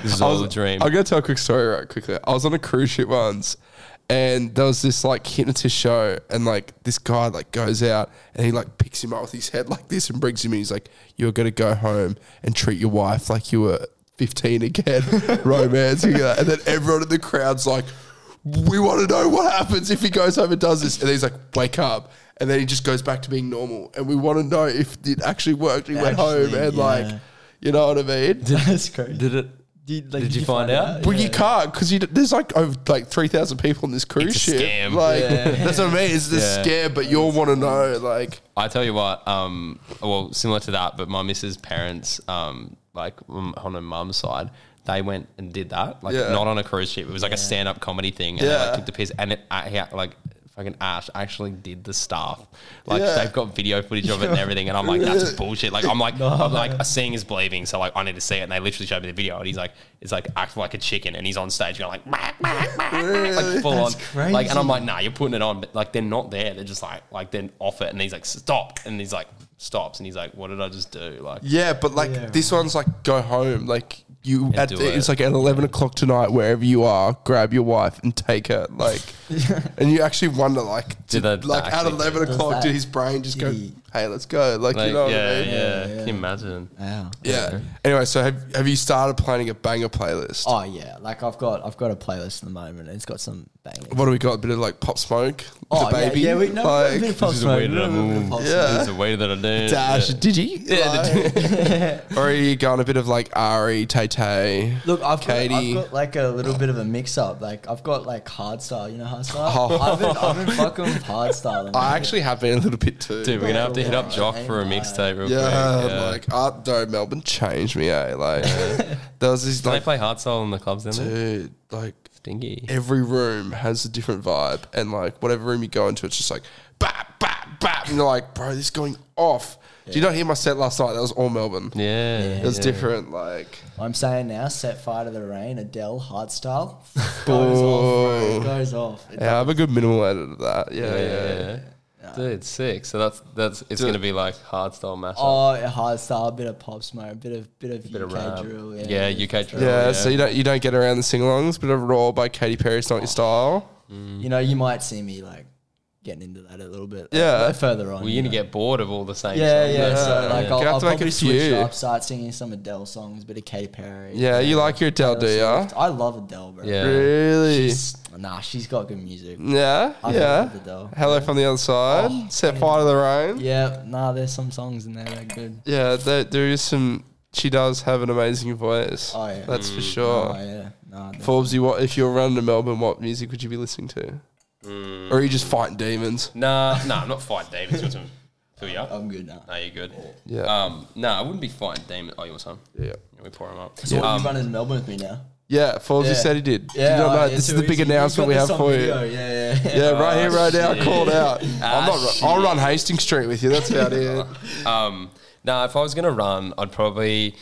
S2: is all a dream.
S1: I'm gonna tell a quick story right quickly. I was on a cruise ship once, and there was this like hypnotist show, and like this guy like goes out and he like picks him up with his head like this and brings him in. He's like, "You're gonna go home and treat your wife like you were 15 again, romance." you know? And then everyone in the crowd's like, "We want to know what happens if he goes home and does this." And he's like, "Wake up." And then he just goes back to being normal. And we want to know if it actually worked. He went home
S3: Actually,
S1: and,
S3: yeah.
S1: like, you know what I mean?
S3: That's crazy.
S2: did it?
S3: Did, like,
S2: did you find out?
S1: Well, you can't because there's like over like three thousand people on this cruise
S2: It's a
S1: ship.
S2: scam.
S1: Like that's what I mean. It's this
S2: Yeah.
S1: scam, but you all want to know. Like
S2: I tell you what, um, well, similar to that, but my missus' parents, um, like um, on her mum's side, they went and did that, like
S1: Yeah.
S2: not on a cruise ship. It was like a stand-up comedy thing, and they
S1: Yeah.
S2: like took the piss. And it, uh, yeah, like fucking Ash actually did the stuff. Like
S1: Yeah.
S2: they've got video footage of it and everything, and I'm like, that's bullshit. Like I'm like, I'm like, seeing is believing, so like I need to see it. And they literally showed me the video, and he's like, it's like act like a chicken, and he's on stage going like, "Wah, wah, wah," like full on,
S3: crazy.
S2: like, and I'm like. Like, nah, you're putting it on, but like they're not there. They're just like, like then off it, and he's like, stop, and he's like, stops, and he's like, what did I just do? Like,
S1: yeah, but like this one's like go home. Like you at
S2: do
S1: the,
S2: it.
S1: it's like at eleven o'clock tonight, wherever you are, grab your wife and take her. Like, and you actually wonder like did
S2: Did that
S1: like at
S2: actually-
S1: eleven o'clock
S3: that-
S1: did his brain just go?
S3: did he-
S1: Hey, let's go. Like,
S2: like
S1: you know.
S2: yeah,
S1: what I
S2: yeah,
S1: mean?
S3: yeah.
S2: Can you imagine?
S3: Wow.
S1: yeah. Anyway, so have have you started planning a banger playlist?
S3: Oh yeah, like I've got I've got a playlist at the moment. and It's got some bangers.
S1: What do we got? A bit of like pop smoke,
S3: Oh
S1: the baby.
S3: yeah, yeah, we know.
S1: Like-
S3: Like,
S2: This is a way that I move.
S1: Yeah.
S2: This is a way that I do.
S1: Dash,
S2: Yeah.
S1: did you? or are you going a bit of like Ari, Tay Tay?
S3: Look, I've got,
S1: Katie.
S3: I've got like a little bit of a mix up. Like I've got like hard style, you know hard style.
S1: Oh.
S3: I've been I've been fucking with hard style. and
S1: I actually have been a little bit too.
S2: Dude, we're gonna have to hit up Jock for a mixtape real
S1: yeah,
S2: quick.
S1: like,
S2: Yeah.
S1: uh, no, Melbourne changed me, eh? Like, there was this,
S2: Can they
S1: like,
S2: play hard soul in the clubs then? there?
S1: dude, like,
S2: Stingy.
S1: every room has a different vibe, and like, whatever room you go into, it's just like, bap, bap, bap. And you're like, bro, this is going off. Did you not hear my set last night? That was all Melbourne.
S2: Yeah.
S1: It was different, like,
S3: I'm saying now, set fire to the rain, Adele hard style. goes off, bro. It goes off. It-
S1: yeah, I have a good minimal edit of that. Yeah, yeah. yeah.
S2: Yeah. Dude, sick. So that's that's it's gonna be like hard style mashup.
S3: Oh, a hard style, a bit of pop smoke, a bit of bit of
S2: Bit
S3: UK
S2: of rap.
S3: drill.
S2: Yeah, UK drill.
S1: Yeah, so you don't you don't get around the sing-alongs. Bit of raw by Katy Perry, it's not your style.
S3: You know, you might see me like getting into that a little bit.
S1: Yeah.
S3: uh, further on.
S2: Well, you're gonna get bored of all the same.
S3: yeah,
S2: songs.
S3: yeah, So like, I'll, uh,
S1: You have
S3: I'll
S1: to make a
S3: probably switch
S1: few.
S3: up, start singing some Adele songs, a bit of Katy Perry.
S1: Yeah, you like your Adele, do ya?
S3: Swift. I love Adele, bro.
S2: Yeah.
S1: Really?
S3: She's- nah, she's got good music.
S1: Mm. yeah,
S3: I
S1: yeah.
S3: love Adele. Oh,
S1: Hello from the other side. Set fire to the rain.
S3: Yeah, nah, there's some songs in there that are good.
S1: Yeah, there, there is some. She does have an amazing voice.
S3: Oh, yeah.
S1: that's for
S3: Oh,
S1: sure.
S3: yeah, nah, they're-
S1: Forbes, you what? If you're running to Melbourne, what music would you be listening to? Or are you just fighting demons?
S2: Nah, nah, I'm not fighting demons. You want some- Fill you up?
S3: I'm good now.
S2: No, you're good.
S1: Yeah.
S2: Um, nah, I wouldn't be fighting demons. Oh, you want some?
S1: Yeah.
S2: Can we pour them up?
S3: So what,
S2: Um,
S3: you running to Melbourne with me now?
S1: Yeah, Forbes, you
S3: Yeah.
S1: said he did.
S3: Yeah,
S1: Yeah, you don't know.
S3: oh, yeah,
S1: this
S3: so
S1: is the
S3: he's-
S1: big
S3: he's
S1: announcement
S3: got
S1: we
S3: this
S1: have
S3: on
S1: for
S3: video,
S1: you.
S3: Yeah, yeah.
S1: Yeah, right here, right now,
S2: shit.
S1: called out.
S2: Ah,
S1: I'm not, I'll run Hastings Street with you. That's about it.
S2: Um, no, if I was gonna run, I'd probably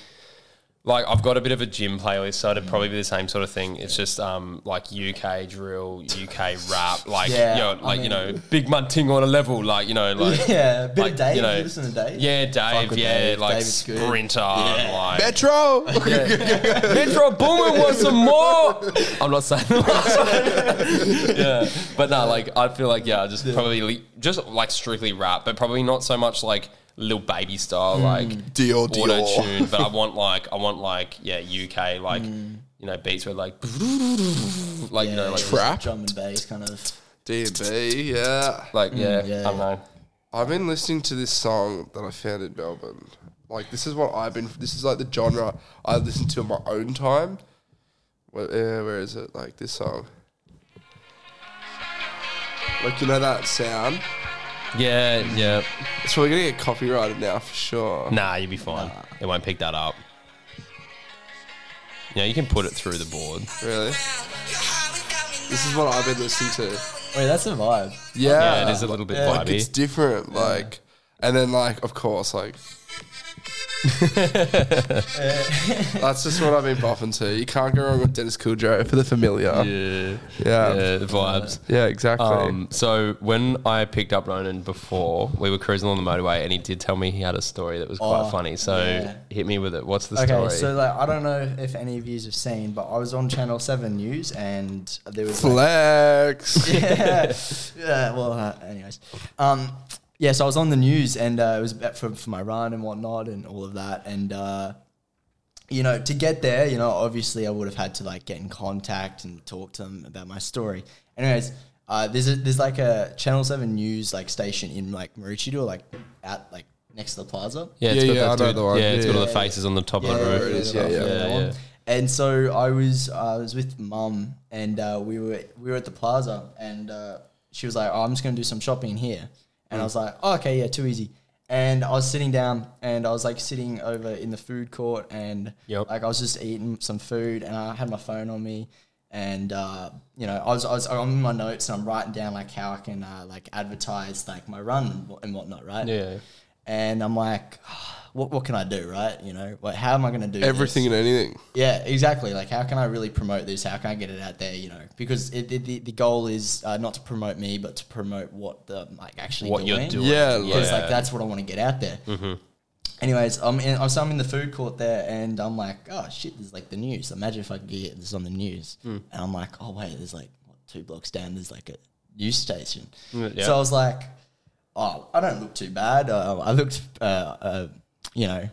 S2: like I've got a bit of a gym playlist, so
S3: Mm.
S2: it'd probably be the same sort of thing. It's just um like UK drill, UK rap, like
S3: Yeah,
S2: you know,
S3: I
S2: like you
S3: mean-
S2: know, Big Mud Ting on a level, like you know, like
S3: Yeah, a bit
S2: like,
S3: of Dave.
S2: you
S3: You,
S2: know,
S3: listen to Dave.
S2: yeah, Dave,
S3: with
S2: yeah,
S3: Dave.
S2: like
S3: Dave's good.
S2: sprinter, like
S1: Metro.
S2: Metro Boomin wants some more. I'm not saying that. yeah, but no, like I feel like yeah, just probably li- just like strictly rap, but probably not so much like little baby style like
S1: Dior,
S2: auto
S1: Dior.
S2: tune. But I want like I want like yeah UK like you know beats where like like you know like
S1: Trap.
S3: Drum and bass kind of.
S1: D&B, yeah.
S2: like Mm, yeah,
S3: yeah,
S2: I don't know.
S1: I've been listening to this song that I found in Melbourne. Like this is what I've been. This is like the genre I listen to in my own time. Where, uh, where is it? Like this song. Like you know that sound.
S2: Yeah, yeah.
S1: So we're gonna get copyrighted now for sure.
S2: Nah, you'll be fine. It won't pick that up. Yeah, you can put it through the board.
S1: Really? This is what I've been listening to.
S3: Wait, that's a vibe.
S1: Yeah,
S2: Yeah, it is a little bit
S3: Yeah,
S1: Like, it's
S2: vibey.
S1: different. Like, and then like of course like. That's just what I've been bopping to. You can't go wrong with Dennis Kildrow for the familiar.
S2: Yeah.
S1: Yeah. Yeah,
S2: yeah, the vibes.
S1: exactly.
S2: Um, so when I picked up Ronan before, we were cruising on the motorway, and he did tell me he had a story that was quite
S3: Oh,
S2: funny. So
S3: yeah.
S2: hit me with it. What's the
S3: Okay,
S2: story?
S3: so like I don't know if any of you have seen, but I was on Channel Seven News and there was like,
S1: Flex.
S3: yeah, yeah. Well, uh, anyways, um, yeah. So I was on the news, and uh, it was about for, for my run and whatnot, and all of that. And uh, you know, to get there, you know, obviously I would have had to like get in contact and talk to them about my story. Anyways, uh, there's a, there's like a Channel Seven News like station in like Maroochydore, like out like next to the plaza.
S2: yeah, it's
S1: Yeah,
S2: got
S1: yeah, I
S2: that
S1: know
S2: dude-
S1: the one.
S2: Yeah, it's
S1: Yeah,
S2: got all
S1: yeah,
S2: the faces on the top of
S3: Yeah,
S2: the
S1: it
S2: roof.
S1: is, yeah, yeah.
S2: Yeah, yeah.
S3: And so I was uh, I was with mum and uh, we were we were at the plaza and uh, she was like, oh, I'm just gonna do some shopping here, and I was like, oh, okay, yeah, too easy. And I was sitting down and I was like sitting over in the food court and
S2: Yep.
S3: like I was just eating some food and I had my phone on me and uh, you know I was I was I'm in my notes and I'm writing down like how I can uh, like advertise like my run and wha- and whatnot, right?
S2: Yeah.
S3: And I'm like. "Ah, What, what can I do, right? You know, like, how am I going to do this?
S1: Everything and anything.
S3: Yeah, exactly. Like, how can I really promote this? How can I get it out there? You know, because it, the- the the goal is uh, not to promote me, but to promote what the like actually
S2: What you're doing.
S1: Yeah,
S3: because like that's what I want to get out there.
S2: Mm-hmm.
S3: Anyways, I'm in, I'm- so I'm in the food court there, and I'm like, oh shit, there's like the news. Imagine if I could get this on the news.
S2: Hmm.
S3: And I'm like, oh wait, there's like what, two blocks down, there's like a news station.
S2: Mm, yeah.
S3: So I was like, oh, I don't look too bad. Uh, I looked, uh, uh, you know,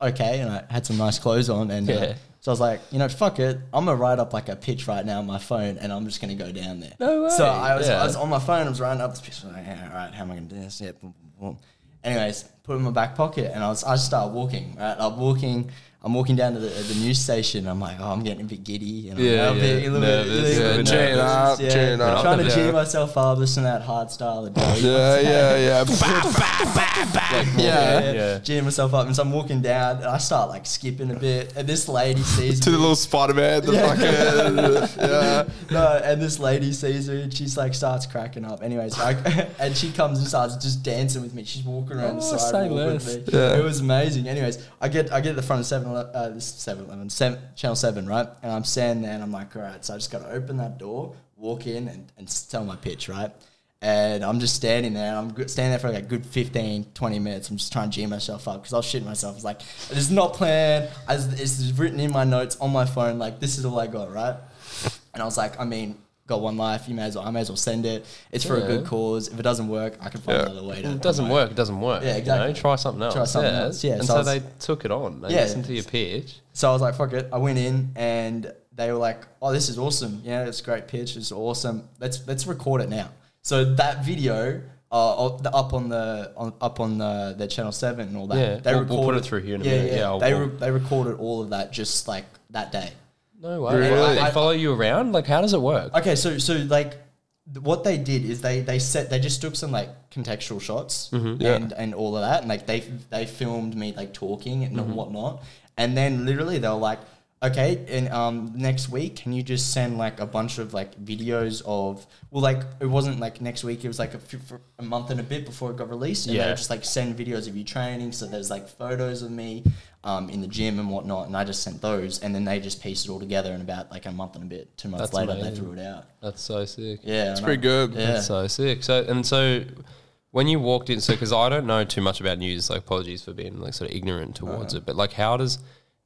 S3: okay, and I had some nice clothes on, and uh,
S2: Yeah.
S3: so I was like, you know, fuck it, I'm gonna write up like a pitch right now on my phone, and I'm just gonna go down there.
S2: No
S3: So
S2: way.
S3: I was,
S2: Yeah.
S3: I was on my phone. I was writing up this picture. Like, yeah, all right, how am I going to do this? Yeah, boom, boom, boom. Anyways, put it in my back pocket, and I was, I just started walking. Right, I'm walking. I'm walking down to the, the news station. I'm like, oh, I'm getting a bit giddy. And I'm
S1: Yeah,
S3: a bit,
S2: yeah.
S3: a little bit-
S2: Nervous,
S3: little
S2: yeah,
S3: bit
S1: cheering
S3: nervous,
S1: up, cheering up.
S3: Trying to
S2: Yeah.
S3: cheer myself up, listen to that hard style of Joey.
S1: Yeah, yeah, yeah.
S3: Yeah,
S1: yeah.
S3: yeah,
S2: Yeah.
S3: Cheering myself up, and so I'm walking down, and I start like skipping a bit, and this lady sees
S1: To
S3: me.
S1: the little Spider Man, the fucking. yeah.
S3: No, and this lady sees her and she's like starts cracking up. Anyways, I, and she comes and starts just dancing with me. She's walking around the
S2: Oh,
S3: sidewalk
S2: say
S3: with me.
S1: Yeah.
S3: It was amazing. Anyways, I get I get to the front of Seven Eleven, uh, this Seven Eleven, seven, Channel Seven, right? And I'm standing there and I'm like, all right, so I just got to open that door, walk in, and, and s- tell my pitch, right? And I'm just standing there. And I'm good- standing there for like a good 15, 20 minutes. I'm just trying to G myself up because I was shitting myself. It's like, this is not planned. I, it's written in my notes on my phone. Like, this is all I got, right? And I was like, I mean, got one life. You may as well. I may as well send it. It's for a good
S2: Yeah.
S3: cause. If it doesn't work, I can find
S1: Yeah.
S3: another way. To
S2: Well, it doesn't work. It doesn't work.
S3: Yeah,
S2: you know?
S3: exactly.
S2: Try something else.
S3: Try something else, yeah,
S2: And
S3: so
S2: so,
S3: I was-
S2: they took it on. They
S3: Yeah.
S2: listened to your pitch.
S3: So I was like, fuck it. I went in and they were like, oh, this is awesome. Yeah, it's a great pitch. It's awesome. Let's let's record it now. So that video uh, of the- up on the on, up on the, their channel seven and all that.
S2: Yeah,
S3: they
S2: we'll- we'll put it through here in a
S3: yeah,
S2: minute.
S3: Yeah,
S2: Yeah, I'll-
S3: they
S2: I'll-
S3: re- they recorded all of that just like that day.
S2: No way.
S1: Really?
S2: They follow you around? Like, how does it work?
S3: Okay, so so like th- what they did is they they set they just took some like contextual shots
S1: Yeah.
S3: and and all of that, and like they they filmed me like talking and whatnot, and then literally they were like, okay, and um next week can you just send like a bunch of like videos of well like it wasn't like next week it was like a, few, for a month and a bit before it got released, and they
S2: Yeah.
S3: were just like send videos of you training, so there's like photos of me. Um, in the gym and whatnot, and I just sent those, and then they just pieced it all together in about like a month and a bit, two months
S2: That's
S3: later they
S2: amazing.
S3: threw it out.
S2: That's so sick.
S3: Yeah, it's
S1: pretty good.
S3: Yeah,
S2: That's so sick. So and so, when you walked in, so because I don't know too much about news, like apologies for being like sort of ignorant towards it, but like how does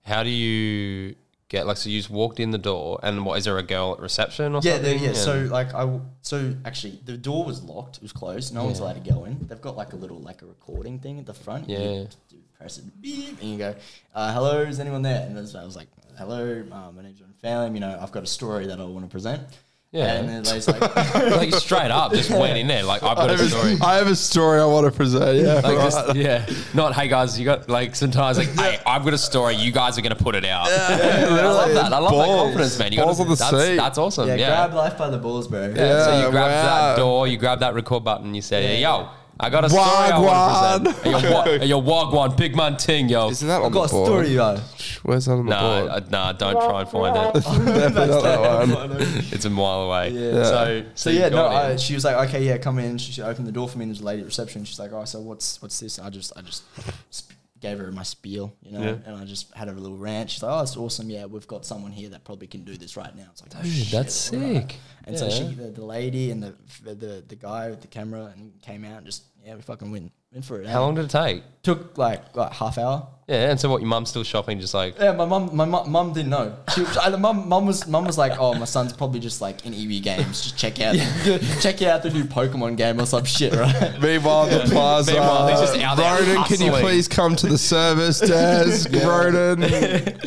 S2: how do you get like so you just walked in the door and what is there a girl at reception or
S3: yeah, there-
S2: something?
S3: yeah.
S2: And-
S3: So like I, w- so actually the door was locked. It was closed. No one's allowed to go in. They've got like a little like a recording thing at the front.
S2: Yeah.
S3: You do- press it, beep, and you go, uh, "Hello, is anyone there?" And that's- I was like, "Hello, uh, my name's John Fallon. You know, I've got a story that I want to present."
S2: Yeah.
S3: And then they're like,
S2: like straight up just went in there like I've got
S1: I
S2: a
S1: have a,
S2: story.
S1: I have a story I want to present. Yeah,
S2: Like just, yeah, not hey guys, you got like sometimes like hey, I've got a story, you guys are gonna put it out. I love that. I love that
S1: Balls.
S2: confidence, man. You
S1: Balls
S2: got
S1: on the
S2: that's,
S1: seat.
S2: that's awesome.
S3: yeah,
S2: Yeah,
S3: grab life by the balls, bro.
S1: Yeah.
S2: So you grabbed
S1: wow.
S2: that door, you grabbed that record button, you said, hey, yo, I got a
S1: Wagwan.
S2: story I want to present. Hey, yo, wa- hey, yo, Wagwan, Big Man Ting, yo.
S1: Isn't that on
S3: I've got a
S1: the board?
S3: story, yo.
S1: Where's that on the
S2: Nah,
S1: board?
S2: I- nah, don't try and find it.
S1: Definitely not that one.
S2: It's a mile away.
S3: Yeah.
S2: So,
S3: So yeah,
S2: you
S3: no.
S2: got
S3: I,
S2: in.
S3: she was like, "Okay, yeah, come in." She, she opened the door for me, and there's a lady at reception. She's like, "Oh, so what's what's this?" And I just I just sp- gave her my spiel, you know, and I just had a little rant. She's like, "Oh, it's awesome. Yeah, we've got someone here that probably can do this right now." It's like, "Oh,
S2: Dude,
S3: shit,
S2: that's
S3: all right."
S2: sick.
S3: And so she,
S2: Yeah.
S3: the, the lady and the, the the guy with the camera, and came out and just yeah, we fucking went went for it.
S2: How long did it take?
S3: Took like like half hour.
S2: Yeah, and so what, your mum's still shopping, just like,
S3: Yeah, my mum, my mu- mum didn't know. She, I, mum, mum was, mum was like, "Oh, my son's probably just like in EV games. Just check out, check out the new Pokemon game or some shit, right?"
S1: Meanwhile, the plaza.
S2: Meanwhile, they're just out there
S1: Ronan, can you
S2: hustling.
S1: please come to the service desk, Ronan?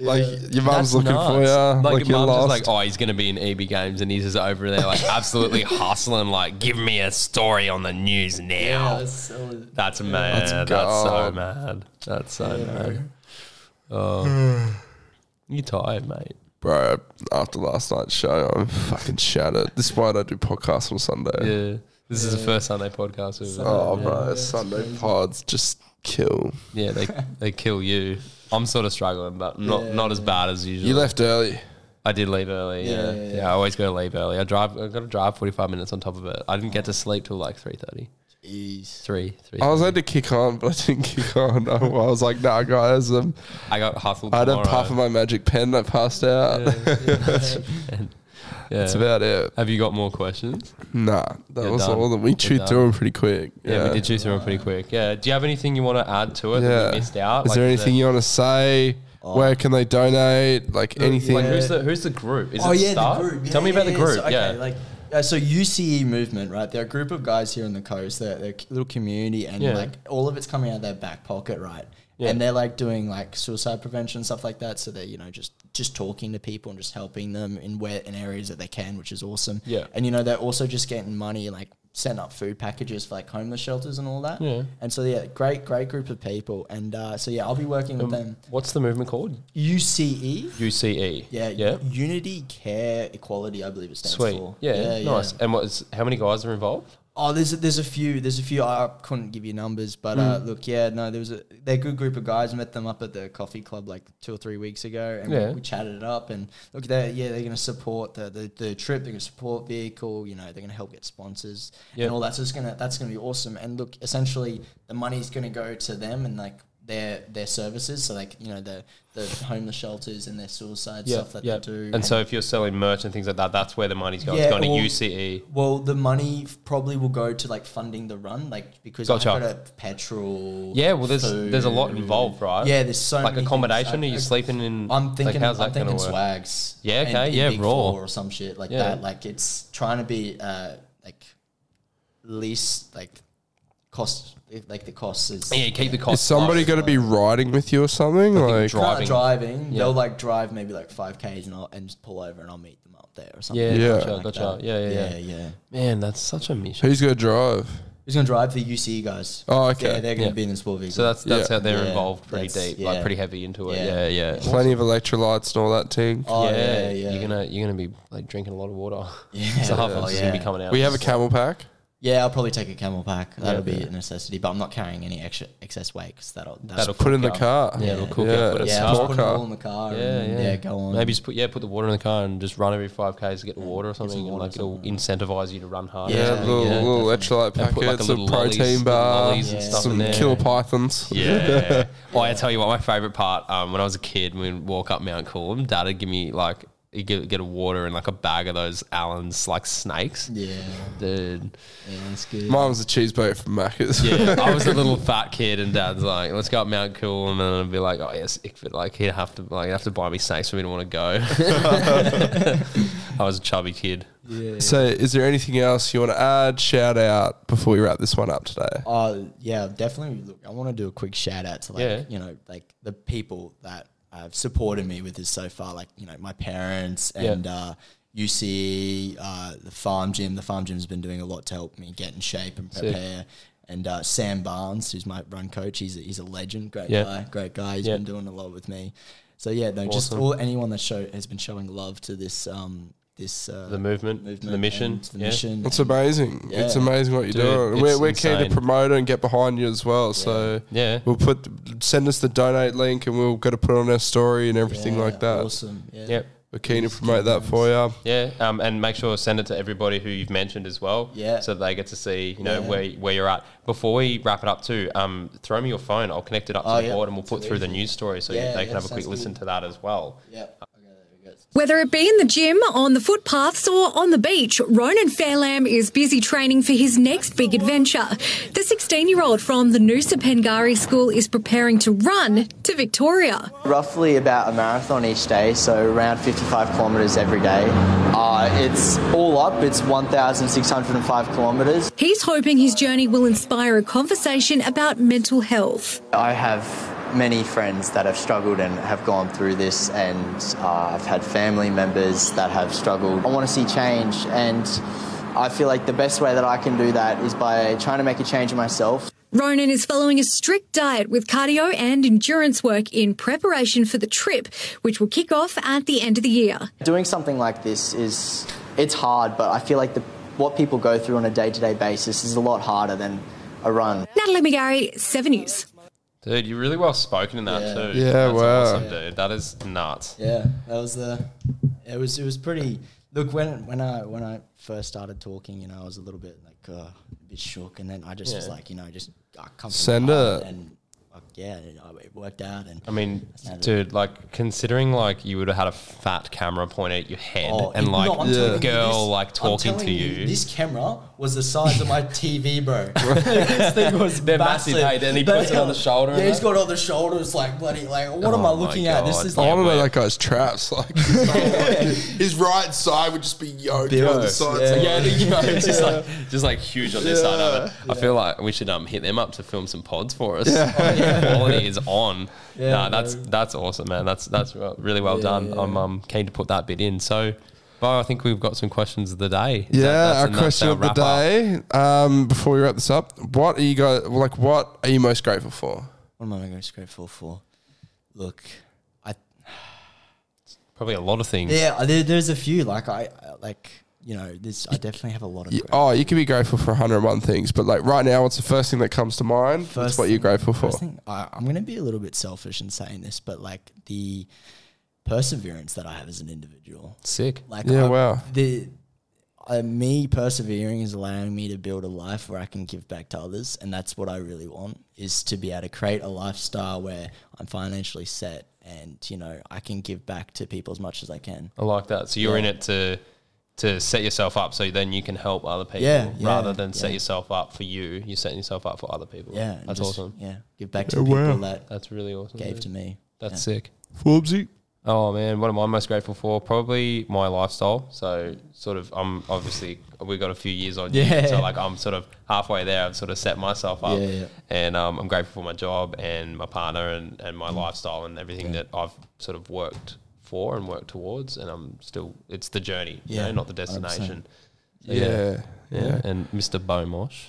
S1: Like your mum's
S2: That's
S1: looking for
S2: nuts.
S1: you. Like,
S2: Like,
S1: you're
S2: your mum's
S1: lost.
S2: just like, oh, he's gonna be in EB games, and he's just over there like absolutely hustling, like, give me a story on the news now.
S3: so,
S2: That's mad. That's, so
S1: gold.
S2: mad. That's so mad. Oh, you tired, mate?
S1: bro. After last night's show, I'm fucking shattered. This is why I don't do podcasts on Sunday.
S2: Yeah. This is the first Sunday podcast we've ever.
S1: Oh, bro, Sunday pods just kill.
S2: Yeah, they they kill you. I'm sort of struggling, but not not as bad as usual.
S1: You left early.
S2: I did leave early. Yeah, yeah,
S3: yeah,
S2: I always go leave early. I drive. I got to drive 45 minutes on top of it. I didn't get to sleep till like 3:30. Three, three.
S1: I was had to kick on, but I didn't kick on. I was like, nah, guys, um,
S2: I got hustled.
S1: I had a
S2: tomorrow.
S1: puff of my magic pen that passed out.
S2: Yeah.
S1: That's about it.
S2: Have you got more questions?
S1: Nah, that
S2: You're
S1: was
S2: done.
S1: all that we chewed
S2: done.
S1: through them pretty quick.
S2: Yeah, we did choose through them pretty quick. Yeah. Do you have anything you want to add to it that
S1: Yeah.
S2: we missed out?
S1: Is there
S2: Like,
S1: anything you want to say?
S3: Oh.
S1: Where can they donate? Like anything?
S2: Like
S1: Yeah.
S2: who's the who's the group? Is
S3: oh
S2: it
S3: yeah,
S2: Start?
S3: the group. Yeah,
S2: Tell me
S3: yeah,
S2: about the
S3: yeah.
S2: group.
S3: So, okay,
S2: yeah.
S3: like uh, so UCE movement, right? They're a group of guys here on the coast. They're, they're a little community, and
S2: Yeah.
S3: like all of it's coming out of their back pocket, right?
S2: Yeah.
S3: And they're like doing like suicide prevention stuff like that. So they're you know just just talking to people and just helping them in where in areas that they can, which is awesome.
S2: Yeah.
S3: And you know they're also just getting money like setting up food packages for like homeless shelters and all that.
S2: Yeah.
S3: And so yeah, great great group of people. And uh, so yeah, I'll be
S2: Um,
S3: working with them. E?
S2: What's the movement called?
S3: UCE.
S2: UCE.
S3: Yeah, E.
S2: Yeah.
S3: Unity, care, equality. I believe it stands
S2: Sweet.
S3: for.
S2: Yeah, Nice. And what is how many guys are involved?
S3: Oh, there's a, there's a few. There's a few. I couldn't give you numbers, but
S2: Mm.
S3: uh, look, yeah, no, there was a. They're a good group of guys. Met them up at the coffee club like two or three weeks ago, and
S2: Yeah.
S3: we, we chatted it up. And look, they yeah, they're going to support the, the the trip. They're going to support vehicle. You know, they're going to help get sponsors
S2: Yeah.
S3: and all that. So it's gonna that's gonna be awesome. And look, essentially, the money's going to go to them, and like their their services. So like you know the the homeless shelters and their suicide
S2: Yeah,
S3: stuff that
S2: yeah.
S3: they do.
S2: And, so if you're selling merch and things like that, that's where the money's going.
S3: Yeah,
S2: it's going
S3: or-
S2: to E. UCE.
S3: well, the money f- probably will go to like funding the run, like because
S2: Gotcha.
S3: I've got a petrol.
S2: Yeah, well, there's there's a lot
S3: food.
S2: involved, right?
S3: Yeah, there's so
S2: like
S3: many
S2: accommodation.
S3: things. I-
S2: Are you
S3: I-
S2: sleeping in?
S3: I'm thinking.
S2: Like, how's that
S3: I'm thinking
S2: going to work?
S3: swags.
S2: Yeah,
S3: and-
S2: okay,
S3: and
S2: yeah,
S3: Big
S2: raw.
S3: Four or some shit like
S2: Yeah.
S3: that. Like it's trying to be uh like least like cost like the cost is
S2: Yeah, keep the
S1: Is
S2: cost.
S1: somebody
S2: low.
S1: going to be riding with you or something? Like,
S2: dri- driving.
S3: driving. driving
S2: Yeah.
S3: They'll like drive maybe like five k's and I'll and just pull over and I'll meet them up there or something.
S2: Yeah,
S1: Yeah.
S2: gotcha,
S3: like
S2: gotcha.
S3: that.
S2: Yeah, yeah, yeah,
S3: yeah, yeah.
S2: Man, that's such a mission.
S1: who's going to drive?
S3: Who's gonna drive the UC guys?
S1: Oh, okay.
S3: Yeah, they're gonna
S2: Yeah.
S3: be in the sport vehicle.
S2: So that's that's
S1: Yeah.
S2: how they're
S3: Yeah,
S2: involved pretty
S3: that's-
S2: deep, like
S3: yeah.
S2: pretty heavy into it. Yeah,
S3: Yeah.
S2: yeah. yeah.
S1: Plenty of electrolytes and all that ting.
S3: oh, yeah, yeah.
S2: You're gonna you're gonna be like drinking a lot of water.
S3: Yeah.
S2: so half of
S3: Oh,
S2: it's gonna be
S3: yeah.
S2: coming out.
S1: we have a camel pack.
S3: Yeah, I'll probably take a camel pack. That'll
S2: Yeah.
S3: be a necessity, but I'm not carrying any extra excess weight because that'll that'll,
S2: That'll
S1: Put in the
S2: cook
S1: car.
S2: up. Yeah, it'll cook
S1: yeah,
S2: up. Put it
S3: yeah,
S2: in the
S3: I'll
S1: small
S3: just put it all
S1: car.
S3: in the car.
S2: Yeah,
S3: and,
S2: yeah.
S3: yeah. go on.
S2: Maybe just put yeah, put the water in the car and just run every five k's to get the water or something, and
S3: water
S2: like
S3: to
S2: it'll incentivize you to run hard.
S1: Yeah,
S3: Yeah,
S1: little,
S3: yeah,
S1: little
S3: definitely.
S1: electrolyte
S2: And put, like, a
S1: packets, some
S2: little lollies-
S1: protein
S2: little
S1: bar,
S2: lollies
S3: and stuff in
S1: some
S3: there.
S1: killer pythons.
S2: Yeah. oh, I tell you what, my favorite part um, when I was a kid, we'd walk up Mount Coolum, Dad would give me like he'd get, get a water and like a bag of those Allen's like snakes.
S3: yeah,
S2: Dude,
S3: yeah, that's good.
S1: Mine was a cheese plate from Macca's.
S2: yeah, I was a little fat kid, and Dad's like, "Let's go up Mount Coolum," and I'd be like, "Oh yes, Ickford." Like he'd have to like he'd have to buy me snakes for me to want to go. I was a chubby kid.
S1: So, is there anything else you want to add, shout out before we wrap this one up today?
S3: Uh, yeah, definitely. Look, I want to do a quick shout out to like
S2: Yeah.
S3: you know like the people that have supported me with this so far. Like you know my parents
S2: Yeah.
S3: and uh, UC, uh, the farm gym. The farm gym's been doing a lot to help me get in shape and prepare. And uh, Sam Barnes, who's my run coach, he's a, he's a legend. Great
S2: Yeah.
S3: guy, great guy. He's
S2: Yeah.
S3: been doing a lot with me. So yeah, no, just all anyone that show has been showing love to this um this uh,
S2: The movement, the mission,
S3: and the
S2: yeah.
S3: mission.
S1: It's
S3: and-
S1: amazing. It's
S3: Yeah.
S1: amazing what you're
S2: Dude,
S1: doing.
S2: it's
S1: We're, we're keen to
S2: insane.
S1: promote it and get behind you as well. So
S2: Yeah.
S1: we'll put send us the donate link and we'll go to put it on our story and everything
S3: yeah,
S1: like that.
S3: Awesome. Yeah.
S2: Yep.
S1: We're keen to promote that for you.
S2: Yeah, um, and make sure to send it to everybody who you've mentioned as well.
S3: Yeah.
S2: so that they get to see you know
S3: Yeah.
S2: where where you're at. Before we wrap it up, too, um, throw me your phone. I'll connect it up to
S3: Oh,
S2: the
S3: yeah.
S2: board, and we'll put
S3: Too
S2: through the
S3: easy.
S2: news story so
S3: Yeah,
S2: they can
S3: yeah,
S2: have a quick
S3: sounds
S2: listen
S3: good.
S2: to that as well.
S3: Yep. Okay, there we go.
S4: Whether it be in the gym, on the footpaths, or on the beach, Ronan Fairlam is busy training for his next big adventure. The 16 year old from the Noosa Pengari School is preparing to run to Victoria.
S5: roughly about a marathon each day, so around 55 kilometres every day. Uh, it's all up, it's 1,605 kilometres.
S4: He's hoping his journey will inspire a conversation about mental health.
S5: I have many friends that have struggled and have gone through this, and uh, I've had family members that have struggled. I want to see change, and I feel like the best way that I can do that is by trying to make a change in myself.
S4: Ronan is following a strict diet with cardio and endurance work in preparation for the trip, which will kick off at the end of the year.
S5: Doing something like this is it's hard, but I feel like the, what people go through on a day-to-day basis is a lot harder than a run.
S4: Natalie McGarry, 7 News.
S2: Dude, you're really well spoken in that
S3: Yeah.
S2: too.
S1: Yeah,
S2: That's
S1: wow.
S2: awesome, dude. That is nuts.
S3: Yeah, that was the. It was it was pretty. Look, when when I when I first started talking, you know, I was a little bit like uh, a bit shook, and then I just was
S2: Yeah.
S3: like, you know, just I come from
S1: Send
S3: hard
S1: it.
S3: and like, yeah, it, uh, it worked out, and
S2: I mean,
S3: not it.
S2: dude, like considering like you would have had a fat camera pointed at your head
S3: Oh,
S2: and
S3: it-
S2: like
S3: no, I'm telling you,
S2: girl
S3: this-
S2: like
S3: I'm
S2: talking
S3: telling
S2: to you.
S3: This camera was the size of my TV, bro. this thing was
S2: They're massive,
S3: massive.
S2: hey, then he puts it on the shoulder
S3: Yeah,
S2: and
S3: he's
S2: that.
S3: got it on the shoulders, like bloody, like what
S2: Oh
S3: am I
S2: my
S3: looking at? This
S2: God.
S3: is
S1: I
S3: like
S1: want to know
S2: we're-
S1: that guy's traps. Like his right side would just be yoked on the side.
S3: Yeah.
S1: It's like,
S2: Yeah, you know, it's just like just like huge on this side of it. I feel like we should um hit them up to film some pods for us. Quality is on.
S3: Yeah,
S2: nah, that's
S3: bro.
S2: that's awesome, man. That's that's re- really well done. I'm um keen to put that bit in. So, Bo, I think we've got some questions of the day. Is that- that's-
S1: Yeah,
S2: and
S1: our
S2: that's
S1: question of the
S2: wrap up.
S1: day. Um, before we wrap this up, what are you guys like? What are you most grateful for?
S3: what am I most grateful for? Look, I
S2: Probably a lot of things.
S3: yeah, I- there, there's a few like I I- like you know, this I definitely have a lot of.
S1: Y-
S3: gratitude.
S1: Oh, you can be grateful for 101 things, but like right now, what's the first thing that comes to mind? That's
S3: First
S1: what you're
S3: thing-
S1: grateful for.
S3: first thing- I, I'm going to be a little bit selfish in saying this, but like the perseverance that I have as an individual,
S2: Sick.
S3: like
S1: Yeah,
S3: I-
S1: wow.
S3: the uh, me persevering is allowing me to build a life where I can give back to others, and that's what I really want is to be able to create a lifestyle where I'm financially set, and you know I can give back to people as much as I can.
S2: I like that. So you're in it to to set yourself up, so then you can help other people
S3: Yeah, yeah,
S2: rather than set
S3: yeah.
S2: yourself up for you. You're setting yourself up for other people.
S3: Yeah, and
S2: that's
S3: just,
S2: awesome.
S3: Yeah, give back to the people that
S2: That's really awesome.
S3: gave
S2: dude.
S3: to me.
S2: That's
S3: Yeah.
S2: sick.
S1: Forbesy.
S2: Oh man, what am I most grateful for? Probably my lifestyle. So sort of, I'm obviously we've got a few years on. you,
S3: Yeah.
S2: So like I'm sort of halfway there. I've sort of set myself up,
S3: Yeah, yeah.
S2: and um, I'm grateful for my job and my partner and, and my lifestyle and everything that I've sort of worked for and worked towards. And I'm still, it's the journey, you
S3: Yeah,
S2: know, not the
S3: 100%.
S2: destination. So,
S1: Yeah.
S2: yeah. And Mr. Beaumosh.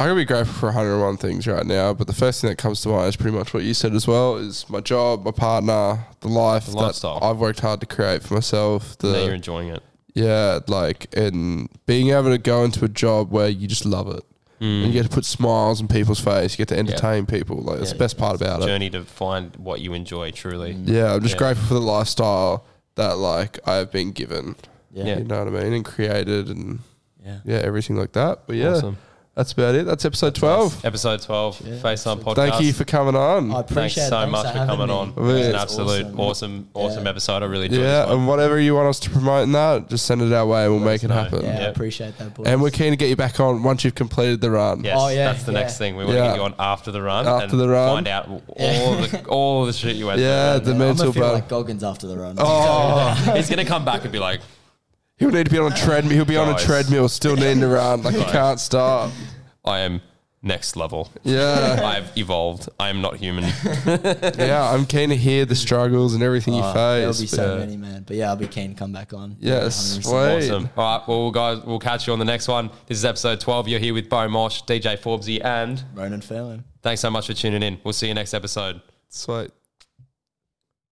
S1: I'm gonna be grateful for 101 things right now, but the first thing that comes to mind is pretty much what you said as well: is my job, my partner, the life
S2: The
S1: that
S2: lifestyle.
S1: I've worked hard to create for myself.
S2: Now you're
S1: The
S2: enjoying it.
S1: yeah, like and being able to go into a job where you just love it,
S2: Mm.
S1: and you get to put smiles on people's face, you get to entertain people. Like that's the best part about it.
S2: Journey to find what you enjoy truly.
S3: Mm.
S1: Yeah, I'm just
S2: Yeah.
S1: grateful for the lifestyle that like I have been given.
S2: Yeah.
S1: You know what I mean, and created and
S3: Yeah.
S1: yeah, everything like that. But yeah,
S2: Awesome.
S1: that's about it. That's episode 12.
S2: Episode 12, Face Time Podcast.
S1: Thank you for coming on.
S3: I
S2: Thanks
S3: appreciate.
S2: so
S3: thanks
S2: much for
S3: having
S2: coming
S3: me.
S2: on. It
S1: Yeah,
S2: was an
S1: it's
S2: absolute awesome, awesome,
S3: Yeah.
S2: episode. I really enjoyed yeah,
S1: Yeah, and whatever you want us to promote in that, just send it our way and we'll make it
S2: know.
S1: happen.
S3: Yeah, I
S2: Yep.
S3: appreciate that. Boys.
S1: And we're keen to get you back on once you've completed the run.
S2: Yes,
S3: Oh, yeah,
S2: that's the
S3: yeah.
S2: next thing. We want
S1: Yeah.
S2: to get you on after the run.
S1: After the run.
S2: Find out all the all the shit you went
S1: Yeah, the
S3: I'm gonna
S1: mental
S3: feel
S1: battle.
S3: like Goggins after the run.
S1: oh,
S2: through. He's going to come back and be like,
S1: he'll need to be on a treadmill. He'll be on a
S2: Guys.
S1: treadmill, still needing to run. Like, he can't stop.
S2: I am next level.
S1: Yeah.
S2: I've evolved. I am not human.
S1: Yeah, I'm keen to hear the struggles and everything you
S3: Ah, There'll
S1: face.
S3: be so
S1: but-
S3: many, man. But yeah, I'll be keen to come back on.
S1: Yeah,
S3: 100%.
S1: sweet.
S2: awesome. All right, well, guys, we'll catch you on the next one. This is episode 12. You're here with Bo Mosh, DJ Forbesy, and
S3: Ronan Fairland.
S2: thanks so much for tuning in. We'll see you next episode.
S1: Sweet.